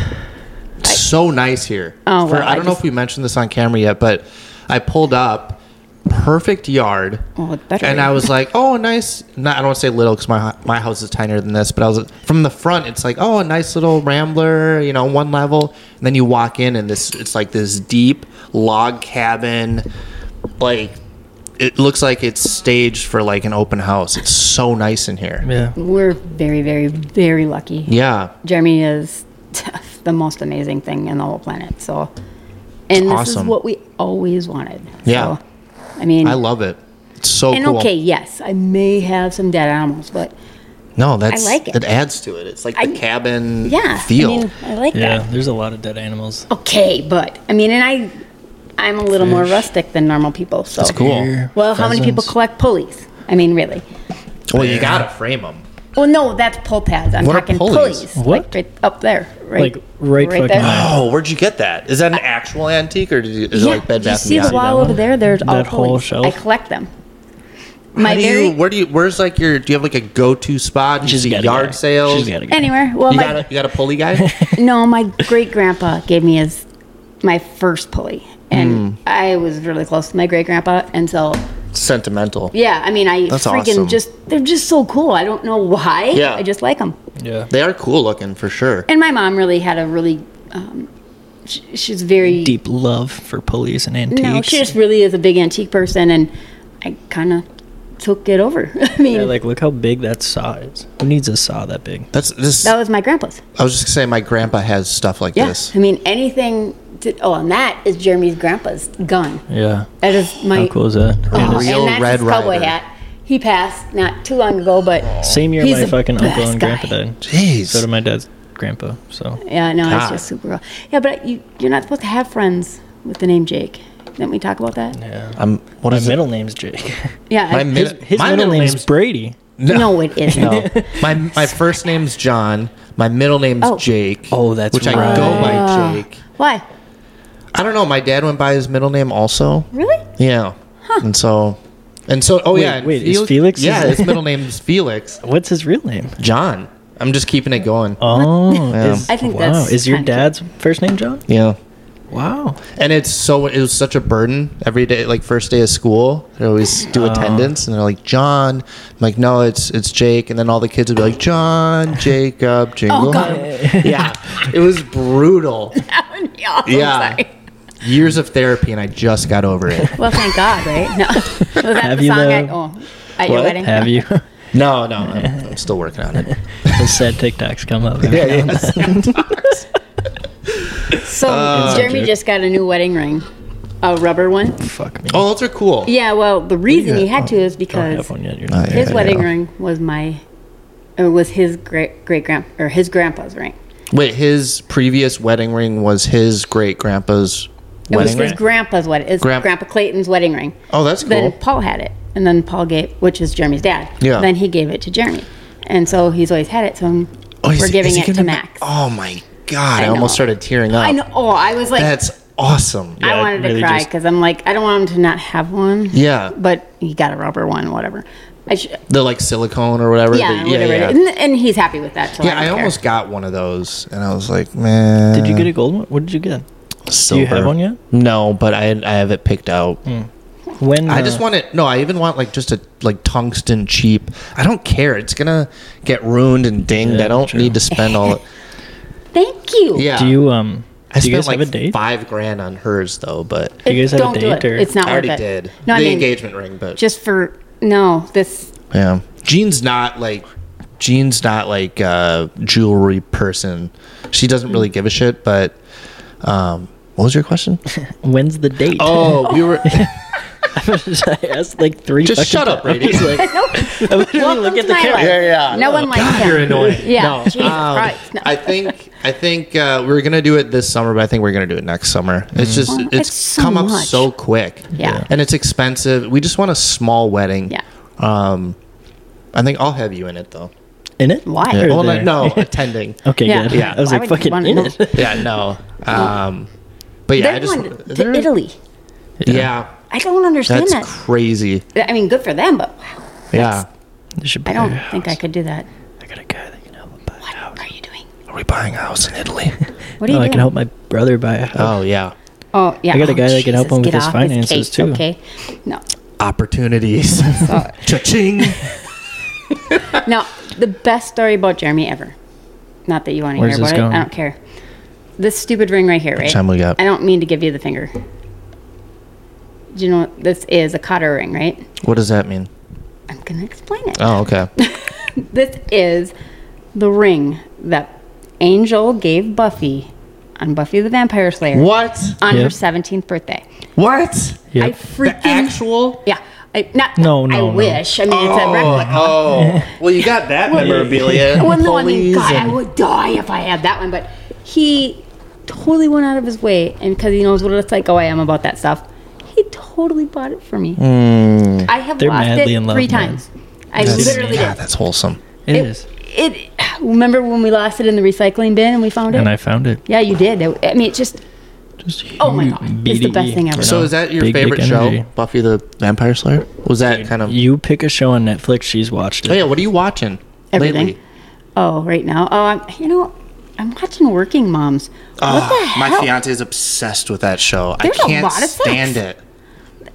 Speaker 1: It's so nice here.
Speaker 2: Oh,
Speaker 1: For-
Speaker 2: well,
Speaker 1: I
Speaker 2: I
Speaker 1: don't know
Speaker 2: just-
Speaker 1: if we mentioned this on camera yet, but I pulled up, perfect yard.
Speaker 2: Well, it better
Speaker 1: and
Speaker 2: be.
Speaker 1: I was like, oh, nice. Not, I don't want to say little because my my house is tinier than this, but I was from the front. It's like, oh, a nice little rambler, you know, one level. And then you walk in, and this it's like this deep log cabin, like. It looks like it's staged for like an open house. It's so nice in here.
Speaker 4: yeah.
Speaker 2: We're very, very, very lucky.
Speaker 1: Yeah.
Speaker 2: Jeremy is *laughs* the most amazing thing in the whole planet. So, and this
Speaker 1: Awesome.
Speaker 2: is what we always wanted.
Speaker 1: Yeah.
Speaker 2: So, I mean,
Speaker 1: I love it. It's so
Speaker 2: and
Speaker 1: cool.
Speaker 2: okay, yes, I may have some dead animals, but
Speaker 1: No, that's
Speaker 2: like it.
Speaker 1: It adds to it. It's like
Speaker 2: I-
Speaker 1: the cabin
Speaker 2: yeah,
Speaker 1: feel.
Speaker 2: I mean, I like
Speaker 4: Yeah,
Speaker 2: that.
Speaker 4: there's a lot of dead
Speaker 1: Oh.
Speaker 4: animals.
Speaker 2: Okay, but I mean, and I, I'm a little more rustic than normal people. So
Speaker 1: That's cool.
Speaker 4: Deer,
Speaker 2: Well, how many people
Speaker 4: pheasants.
Speaker 2: collect pulleys? I mean, really?
Speaker 1: well, you gotta frame them.
Speaker 2: Well, Oh, no, that's pull pads. I'm
Speaker 1: What are
Speaker 2: talking
Speaker 1: pulleys?
Speaker 2: pulleys.
Speaker 4: What?
Speaker 2: Like right up there. Right,
Speaker 4: Like, right fucking *laughs* up.
Speaker 1: Oh, where'd you get that? Is that an actual antique or did you, is
Speaker 2: Yeah.
Speaker 1: it like Bed
Speaker 2: do you
Speaker 1: Bath and
Speaker 2: see the
Speaker 1: Beyond?
Speaker 2: wall
Speaker 4: that
Speaker 2: over
Speaker 4: one?
Speaker 2: there? There's all
Speaker 4: That whole
Speaker 2: pulleys.
Speaker 4: shelf?
Speaker 2: I collect them.
Speaker 1: How
Speaker 2: My
Speaker 1: do
Speaker 2: very
Speaker 1: you? Where do you? Where's like your? Do you have like a go-to spot? Do you
Speaker 4: She's
Speaker 1: see
Speaker 4: got
Speaker 1: yard sales?
Speaker 4: She's got to go.
Speaker 2: anywhere. Well,
Speaker 1: you
Speaker 2: Oh my
Speaker 1: got a you got a pulley guy?
Speaker 4: *laughs*
Speaker 2: no, my great grandpa gave me his my first pulley,
Speaker 1: Hmm.
Speaker 2: and I was really close to my great grandpa, and so
Speaker 1: Sentimental.
Speaker 2: yeah, I mean, I
Speaker 1: That's
Speaker 2: freaking
Speaker 1: awesome.
Speaker 2: just they're just so cool. I don't know why.
Speaker 1: Yeah.
Speaker 2: I just like them.
Speaker 4: Yeah.
Speaker 1: They are cool looking for sure.
Speaker 2: And my mom really had a really, um, sh she's very
Speaker 4: Deep love for pulleys and antiques.
Speaker 2: No, she just really is a big antique person, and I kind of took it over. *laughs* I mean,
Speaker 4: Yeah, like look how big that saw is. Who needs a saw that big?
Speaker 1: That's this.
Speaker 2: that was my grandpa's.
Speaker 1: I was just gonna say my grandpa has stuff like
Speaker 2: Yeah,
Speaker 1: this.
Speaker 2: I mean anything. To, oh, and that is Jeremy's grandpa's gun.
Speaker 4: Yeah.
Speaker 2: That is my
Speaker 4: How cool is that?
Speaker 2: Oh,
Speaker 1: A real
Speaker 2: *laughs* and that's
Speaker 1: Red
Speaker 2: his cowboy
Speaker 1: Rider.
Speaker 2: hat. He passed not too long ago, but
Speaker 4: Same year
Speaker 2: He's
Speaker 4: my
Speaker 2: the
Speaker 4: fucking uncle
Speaker 2: best
Speaker 4: and grandpa
Speaker 2: guy.
Speaker 4: died.
Speaker 1: Jeez.
Speaker 4: So did my dad's grandpa. So
Speaker 2: yeah, no,
Speaker 1: God.
Speaker 2: it's
Speaker 4: Ah.
Speaker 2: just super. Cool. Yeah, but you, you're not supposed to have friends with the name Jake. Didn't we talk about that?
Speaker 4: yeah.
Speaker 1: I'm. What
Speaker 4: My
Speaker 1: is
Speaker 4: middle
Speaker 1: *laughs*
Speaker 4: name's Jake.
Speaker 2: Yeah,
Speaker 1: it? My
Speaker 2: I-
Speaker 1: mid-
Speaker 4: His
Speaker 1: my
Speaker 4: middle, name's Brady.
Speaker 2: *laughs*
Speaker 4: *laughs*
Speaker 2: no, it isn't.
Speaker 1: *laughs* No, my my first name's John. My middle name's
Speaker 2: Oh.
Speaker 1: Jake.
Speaker 4: Oh, that's
Speaker 1: which I
Speaker 4: right.
Speaker 1: go by Jake.
Speaker 2: Why?
Speaker 1: I don't know. My dad went by his middle name also.
Speaker 2: Really? *laughs*
Speaker 1: Yeah, and so and so. Oh yeah, and
Speaker 4: wait, is Felix-
Speaker 1: Yeah,
Speaker 4: is-
Speaker 1: his middle name's Felix
Speaker 4: What's his real name?
Speaker 1: John. I'm just keeping it going.
Speaker 4: Oh,
Speaker 1: Yeah.
Speaker 4: is,
Speaker 2: I think
Speaker 4: wow.
Speaker 2: that's
Speaker 4: is your
Speaker 2: kinda
Speaker 4: dad's first name John?
Speaker 1: Yeah,
Speaker 4: Wow.
Speaker 1: And it's so it was such a burden every day, like first day of school. They always do attendance, and they're like John. I'm like, no, it's it's Jake. And then all the kids would be like John, Jacob,
Speaker 2: Oh,
Speaker 1: Jingle.
Speaker 2: God.
Speaker 1: *laughs* yeah, it was brutal.
Speaker 2: yeah. I'm
Speaker 1: Yeah.
Speaker 2: sorry.
Speaker 1: Years of therapy, and I just got over it.
Speaker 2: Well, thank God, right? No. *laughs* Was that
Speaker 4: Have
Speaker 2: the
Speaker 4: you,
Speaker 2: song
Speaker 4: though?
Speaker 2: at, oh, at your
Speaker 1: What?
Speaker 2: wedding?
Speaker 4: Have you? *laughs*
Speaker 1: No, no, I'm, I'm still working on it.
Speaker 4: the sad TikToks come up. every now and then. *laughs*
Speaker 2: So Jeremy
Speaker 4: Joke.
Speaker 2: just got a new wedding ring, a rubber one.
Speaker 4: Fuck me.
Speaker 1: Oh, those are cool.
Speaker 2: Yeah. Well, the reason
Speaker 4: Yeah.
Speaker 2: he had to
Speaker 4: Oh,
Speaker 2: is
Speaker 4: Don't have
Speaker 2: because
Speaker 4: one yet. You're not
Speaker 1: Oh,
Speaker 4: there
Speaker 2: his
Speaker 1: yeah,
Speaker 2: wedding
Speaker 1: yeah.
Speaker 2: ring was my, or was his great great grand or his grandpa's ring.
Speaker 1: Wait, his previous wedding ring was his great grandpa's
Speaker 2: It was
Speaker 1: wedding
Speaker 2: his
Speaker 1: ring.
Speaker 2: grandpa's wedding. His
Speaker 1: Grand-
Speaker 2: Grandpa Clayton's wedding ring.
Speaker 1: Oh, that's
Speaker 2: Then
Speaker 1: cool.
Speaker 2: Paul had it, and then Paul gave, which is Jeremy's dad.
Speaker 1: Yeah.
Speaker 2: Then he gave it to Jeremy, and so he's always had it. So I'm-
Speaker 1: Oh, is
Speaker 2: we're
Speaker 1: he-
Speaker 2: giving
Speaker 1: is he
Speaker 2: it to
Speaker 1: gonna-
Speaker 2: Max.
Speaker 1: Oh my god! I,
Speaker 2: know.
Speaker 1: almost started tearing up.
Speaker 2: I know. Oh, I was like,
Speaker 1: That's awesome.
Speaker 4: Yeah,
Speaker 2: I wanted
Speaker 4: really
Speaker 2: to cry
Speaker 4: just-
Speaker 2: because I'm like, I don't want him to not have one.
Speaker 1: Yeah.
Speaker 2: But he got a rubber one, whatever. I should,
Speaker 1: The like silicone or whatever.
Speaker 2: yeah,
Speaker 1: the-
Speaker 2: whatever. it is. And, and he's happy with that. So
Speaker 1: Yeah,
Speaker 2: I,
Speaker 1: I
Speaker 2: don't
Speaker 1: almost
Speaker 2: care.
Speaker 1: got one of those, and I was like, man.
Speaker 4: Did you get a gold one? What did you get?
Speaker 1: silver.
Speaker 4: have one yet?
Speaker 1: No, but I I have it picked out.
Speaker 4: When
Speaker 1: I
Speaker 4: uh,
Speaker 1: just want it. No, I even want like just a like tungsten cheap. I don't care. It's gonna get ruined and dinged.
Speaker 4: Yeah,
Speaker 1: I don't
Speaker 4: true.
Speaker 1: need to spend
Speaker 4: *laughs*
Speaker 1: all.
Speaker 2: Thank you.
Speaker 1: Yeah.
Speaker 4: Do you um?
Speaker 1: I
Speaker 4: do you
Speaker 1: spent
Speaker 4: guys
Speaker 1: like
Speaker 4: have a date?
Speaker 1: five grand on hers though, but
Speaker 4: Do you guys have a
Speaker 2: don't do
Speaker 4: date
Speaker 2: it.
Speaker 4: or-
Speaker 2: It's not
Speaker 1: I
Speaker 2: worth
Speaker 1: already
Speaker 2: it.
Speaker 1: did
Speaker 2: No,
Speaker 1: the
Speaker 2: I mean,
Speaker 1: engagement ring. But
Speaker 2: just for no this.
Speaker 1: yeah, Jean's not like Jean's not like a jewelry person. She doesn't really give a shit. But um, what was your
Speaker 2: *laughs*
Speaker 1: question?
Speaker 4: When's the date?
Speaker 1: Oh, we were.
Speaker 4: *laughs* I asked like three.
Speaker 1: Just
Speaker 4: fucking
Speaker 1: shut up,
Speaker 2: *laughs*
Speaker 4: times. *laughs*
Speaker 1: Brady.
Speaker 4: I was like, I literally
Speaker 2: Welcome
Speaker 4: look at
Speaker 2: to
Speaker 4: the
Speaker 2: my
Speaker 4: camera.
Speaker 2: life.
Speaker 1: Yeah, yeah.
Speaker 2: No one likes him.
Speaker 1: You're annoying.
Speaker 2: *laughs* Yeah.
Speaker 1: No,
Speaker 2: Jesus
Speaker 1: um,
Speaker 2: Christ. No.
Speaker 1: I think I think uh, we are gonna do it this summer, but I think we're gonna do it next summer. It's just
Speaker 2: Mm. Well,
Speaker 1: it's,
Speaker 2: it's so
Speaker 1: come up
Speaker 2: much.
Speaker 1: so quick.
Speaker 2: Yeah.
Speaker 1: And it's expensive. We just want a small wedding.
Speaker 2: Yeah.
Speaker 1: Um, I think I'll have you in it though.
Speaker 4: In it?
Speaker 2: Why?
Speaker 4: Or
Speaker 2: You're
Speaker 1: Well, no,
Speaker 2: *laughs*
Speaker 4: there?
Speaker 1: no, attending.
Speaker 4: *laughs* Okay,
Speaker 2: Yeah.
Speaker 4: good.
Speaker 2: Yeah.
Speaker 4: I was
Speaker 2: Why
Speaker 4: like,
Speaker 2: would you
Speaker 4: fucking
Speaker 2: want
Speaker 4: in
Speaker 2: to-
Speaker 4: it. *laughs*
Speaker 1: Yeah, no. Um, but yeah,
Speaker 2: They're
Speaker 1: I just
Speaker 2: going to
Speaker 1: they're-
Speaker 2: Italy.
Speaker 1: Yeah,
Speaker 2: I don't understand
Speaker 1: that's
Speaker 2: that.
Speaker 1: crazy.
Speaker 2: I mean, good for them, but wow,
Speaker 1: Yeah.
Speaker 4: There should be
Speaker 2: I
Speaker 4: a
Speaker 2: don't
Speaker 4: house.
Speaker 2: think I could do that.
Speaker 4: I got a guy that can help me buy a house.
Speaker 2: What are you doing?
Speaker 1: Are we buying a house in
Speaker 4: *laughs*
Speaker 1: Italy?
Speaker 2: What are you
Speaker 4: No, I
Speaker 2: doing?
Speaker 4: can help my brother buy a house.
Speaker 1: oh yeah,
Speaker 2: Oh yeah.
Speaker 4: I got a
Speaker 2: Oh,
Speaker 4: guy that can help
Speaker 2: Jesus,
Speaker 4: him with
Speaker 2: get
Speaker 4: his
Speaker 2: off
Speaker 4: finances,
Speaker 2: cake,
Speaker 4: too.
Speaker 2: Okay. No.
Speaker 1: opportunities.
Speaker 2: So-
Speaker 1: *laughs* Cha-ching.
Speaker 2: Now, the best story about Jeremy ever. Not that you want to
Speaker 4: Where's
Speaker 2: hear about
Speaker 4: this
Speaker 2: it.
Speaker 4: going?
Speaker 2: I don't care. This stupid ring right here, right?
Speaker 1: time we got?
Speaker 2: I don't mean to give you the finger. Do you know what this is? A cotter ring, right?
Speaker 1: What does that mean?
Speaker 2: I'm going to explain
Speaker 4: Uh.
Speaker 2: it.
Speaker 1: Oh, okay.
Speaker 2: This is the ring that Angel gave Buffy on Buffy the Vampire Slayer
Speaker 1: What?
Speaker 2: on her
Speaker 4: Yep.
Speaker 2: 17th birthday.
Speaker 1: What?
Speaker 2: Oh. I
Speaker 4: Yep.
Speaker 2: freaking.
Speaker 1: actual?
Speaker 2: yeah. I, not,
Speaker 4: No, no,
Speaker 2: I
Speaker 4: no.
Speaker 2: wish. I mean, it's a replica.
Speaker 1: Oh, well, you got
Speaker 2: *laughs*
Speaker 1: that memorabilia.
Speaker 2: Well, no, I
Speaker 1: Pulleys
Speaker 2: mean, God, I
Speaker 1: and-
Speaker 2: would die if I had that one. But he totally went out of his way, and because he knows what a psycho I am about that stuff, he totally bought it for me.
Speaker 1: Mm.
Speaker 2: I have
Speaker 4: They're
Speaker 2: lost it
Speaker 4: madly in love,
Speaker 2: three
Speaker 4: man.
Speaker 2: times. I literally
Speaker 1: God,
Speaker 2: did.
Speaker 1: that's wholesome.
Speaker 4: It is.
Speaker 2: It. Remember when we lost it in the recycling bin and we found it?
Speaker 4: And I found it. Mm,
Speaker 2: yeah, you did. It- I mean, it's just
Speaker 4: Just
Speaker 2: Oh my
Speaker 4: huge
Speaker 2: God, it's the best
Speaker 4: BDE,
Speaker 2: thing ever.
Speaker 4: E, you
Speaker 1: So,
Speaker 4: know?
Speaker 1: is that your
Speaker 4: Big dick
Speaker 1: favorite show,
Speaker 4: energy.
Speaker 1: Buffy the Vampire Slayer? Was that kind of?
Speaker 4: You pick a show on Netflix, she's watched it.
Speaker 1: oh yeah. What are you watching
Speaker 2: everything.
Speaker 1: lately?
Speaker 2: Oh, right now. Oh, I'm, you know, I'm watching Working Moms. what the
Speaker 1: Ah, My
Speaker 2: hell?
Speaker 1: fiance is obsessed with that show.
Speaker 2: There's a
Speaker 1: I can't
Speaker 2: lot of sex.
Speaker 1: stand it.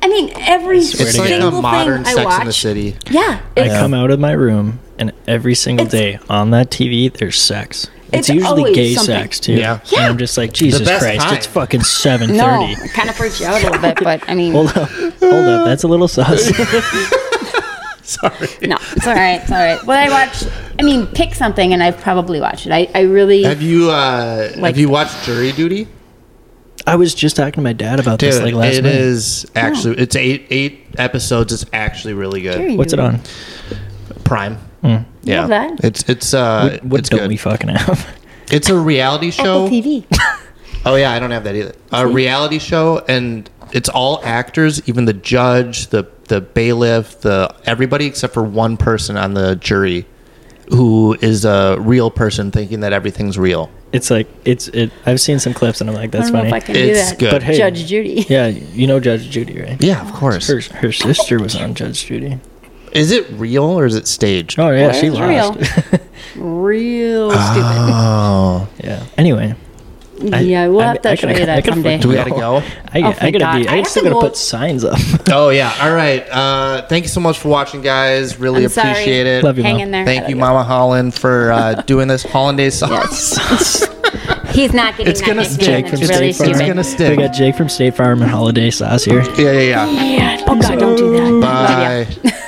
Speaker 2: I mean, every
Speaker 4: swear
Speaker 1: It's
Speaker 2: single
Speaker 4: to
Speaker 1: like
Speaker 4: God.
Speaker 1: a
Speaker 2: thing
Speaker 1: modern
Speaker 2: I
Speaker 1: Sex
Speaker 2: watch.
Speaker 1: in the City.
Speaker 2: Yeah,
Speaker 4: I
Speaker 2: it's-
Speaker 4: come out of my room, and every single
Speaker 2: It's-
Speaker 4: day on that TV, there's sex.
Speaker 2: It's
Speaker 4: It's, usually
Speaker 2: always
Speaker 4: gay
Speaker 2: something.
Speaker 4: sex too.
Speaker 1: Yeah.
Speaker 4: And
Speaker 2: Yeah.
Speaker 4: I'm just like, Jesus
Speaker 1: best
Speaker 4: Christ,
Speaker 1: time.
Speaker 4: it's
Speaker 2: *laughs*
Speaker 4: fucking seven
Speaker 2: No,
Speaker 4: thirty.
Speaker 2: it kind of freaks you out a little bit, but I
Speaker 4: *laughs*
Speaker 2: mean,
Speaker 4: Hold up, hold up, that's a little sus.
Speaker 1: *laughs* Sorry.
Speaker 2: no, it's all right, it's all right. Well, I watch. I mean, pick something, and I've probably watched it. I, I really.
Speaker 1: Have you uh,
Speaker 2: Like-
Speaker 1: have you watched Jury Duty?
Speaker 4: I was just talking to my dad about
Speaker 1: Dude,
Speaker 4: this like last
Speaker 1: it
Speaker 4: night.
Speaker 1: is actually it's eight eight episodes. It's actually really good.
Speaker 2: Jerry,
Speaker 4: What's it
Speaker 2: you-
Speaker 4: on?
Speaker 1: Prime. Yeah,
Speaker 2: Love that.
Speaker 1: it's it's uh,
Speaker 4: Hmm. What
Speaker 1: it's
Speaker 4: don't
Speaker 1: good.
Speaker 4: we fucking have?
Speaker 1: It's a reality show.
Speaker 2: Apple TV.
Speaker 1: Oh yeah, I don't have that either. A reality show, and it's all actors, even the judge, the the bailiff, the everybody except for one person on the jury, who is a real person thinking that everything's real.
Speaker 4: It's like it's it. I've seen some clips, and I'm like,
Speaker 2: I
Speaker 4: that's
Speaker 2: don't know
Speaker 4: funny.
Speaker 2: if I can do
Speaker 1: It's
Speaker 2: that.
Speaker 1: good.
Speaker 4: But hey,
Speaker 2: Judge Judy.
Speaker 4: Yeah, you know Judge Judy, right?
Speaker 1: yeah, of course.
Speaker 4: Her her sister was on Judge Judy.
Speaker 1: Is it real or is it staged?
Speaker 4: Oh yeah,
Speaker 2: Well,
Speaker 4: she
Speaker 2: it's
Speaker 4: *laughs* lost.
Speaker 1: Uh,
Speaker 2: Real stupid.
Speaker 1: Oh,
Speaker 4: yeah. Anyway,
Speaker 2: yeah, we'll have to
Speaker 4: I
Speaker 2: show
Speaker 4: gotta-
Speaker 2: you
Speaker 4: I
Speaker 2: that
Speaker 4: gotta
Speaker 2: someday.
Speaker 4: freaking
Speaker 1: Do we gotta go?
Speaker 4: I,
Speaker 2: Oh,
Speaker 4: I
Speaker 2: thank
Speaker 4: gotta be.
Speaker 2: God.
Speaker 4: I,
Speaker 2: I
Speaker 4: still
Speaker 2: have to
Speaker 4: gotta
Speaker 2: go-
Speaker 4: put signs up.
Speaker 1: Oh yeah. All right. Uh, thank you so much for watching, guys. Really
Speaker 2: I'm sorry.
Speaker 1: appreciate it.
Speaker 4: Love you,
Speaker 2: Hang
Speaker 4: Mom.
Speaker 2: in there.
Speaker 1: Thank you, Mama Holland, for uh, doing this hollandaise sauce. *laughs*
Speaker 2: He's not getting
Speaker 1: It's
Speaker 2: that
Speaker 1: gonna
Speaker 2: next
Speaker 1: stick.
Speaker 2: one. That's
Speaker 1: It's
Speaker 2: really
Speaker 1: gonna- it's
Speaker 2: stupid.
Speaker 1: gonna
Speaker 4: *laughs* We
Speaker 1: stick.
Speaker 4: got Jake from State Farm and Holiday Sauce here.
Speaker 2: *laughs*
Speaker 1: Yeah, yeah, yeah.
Speaker 2: Oh God, don't do that.
Speaker 1: Bye.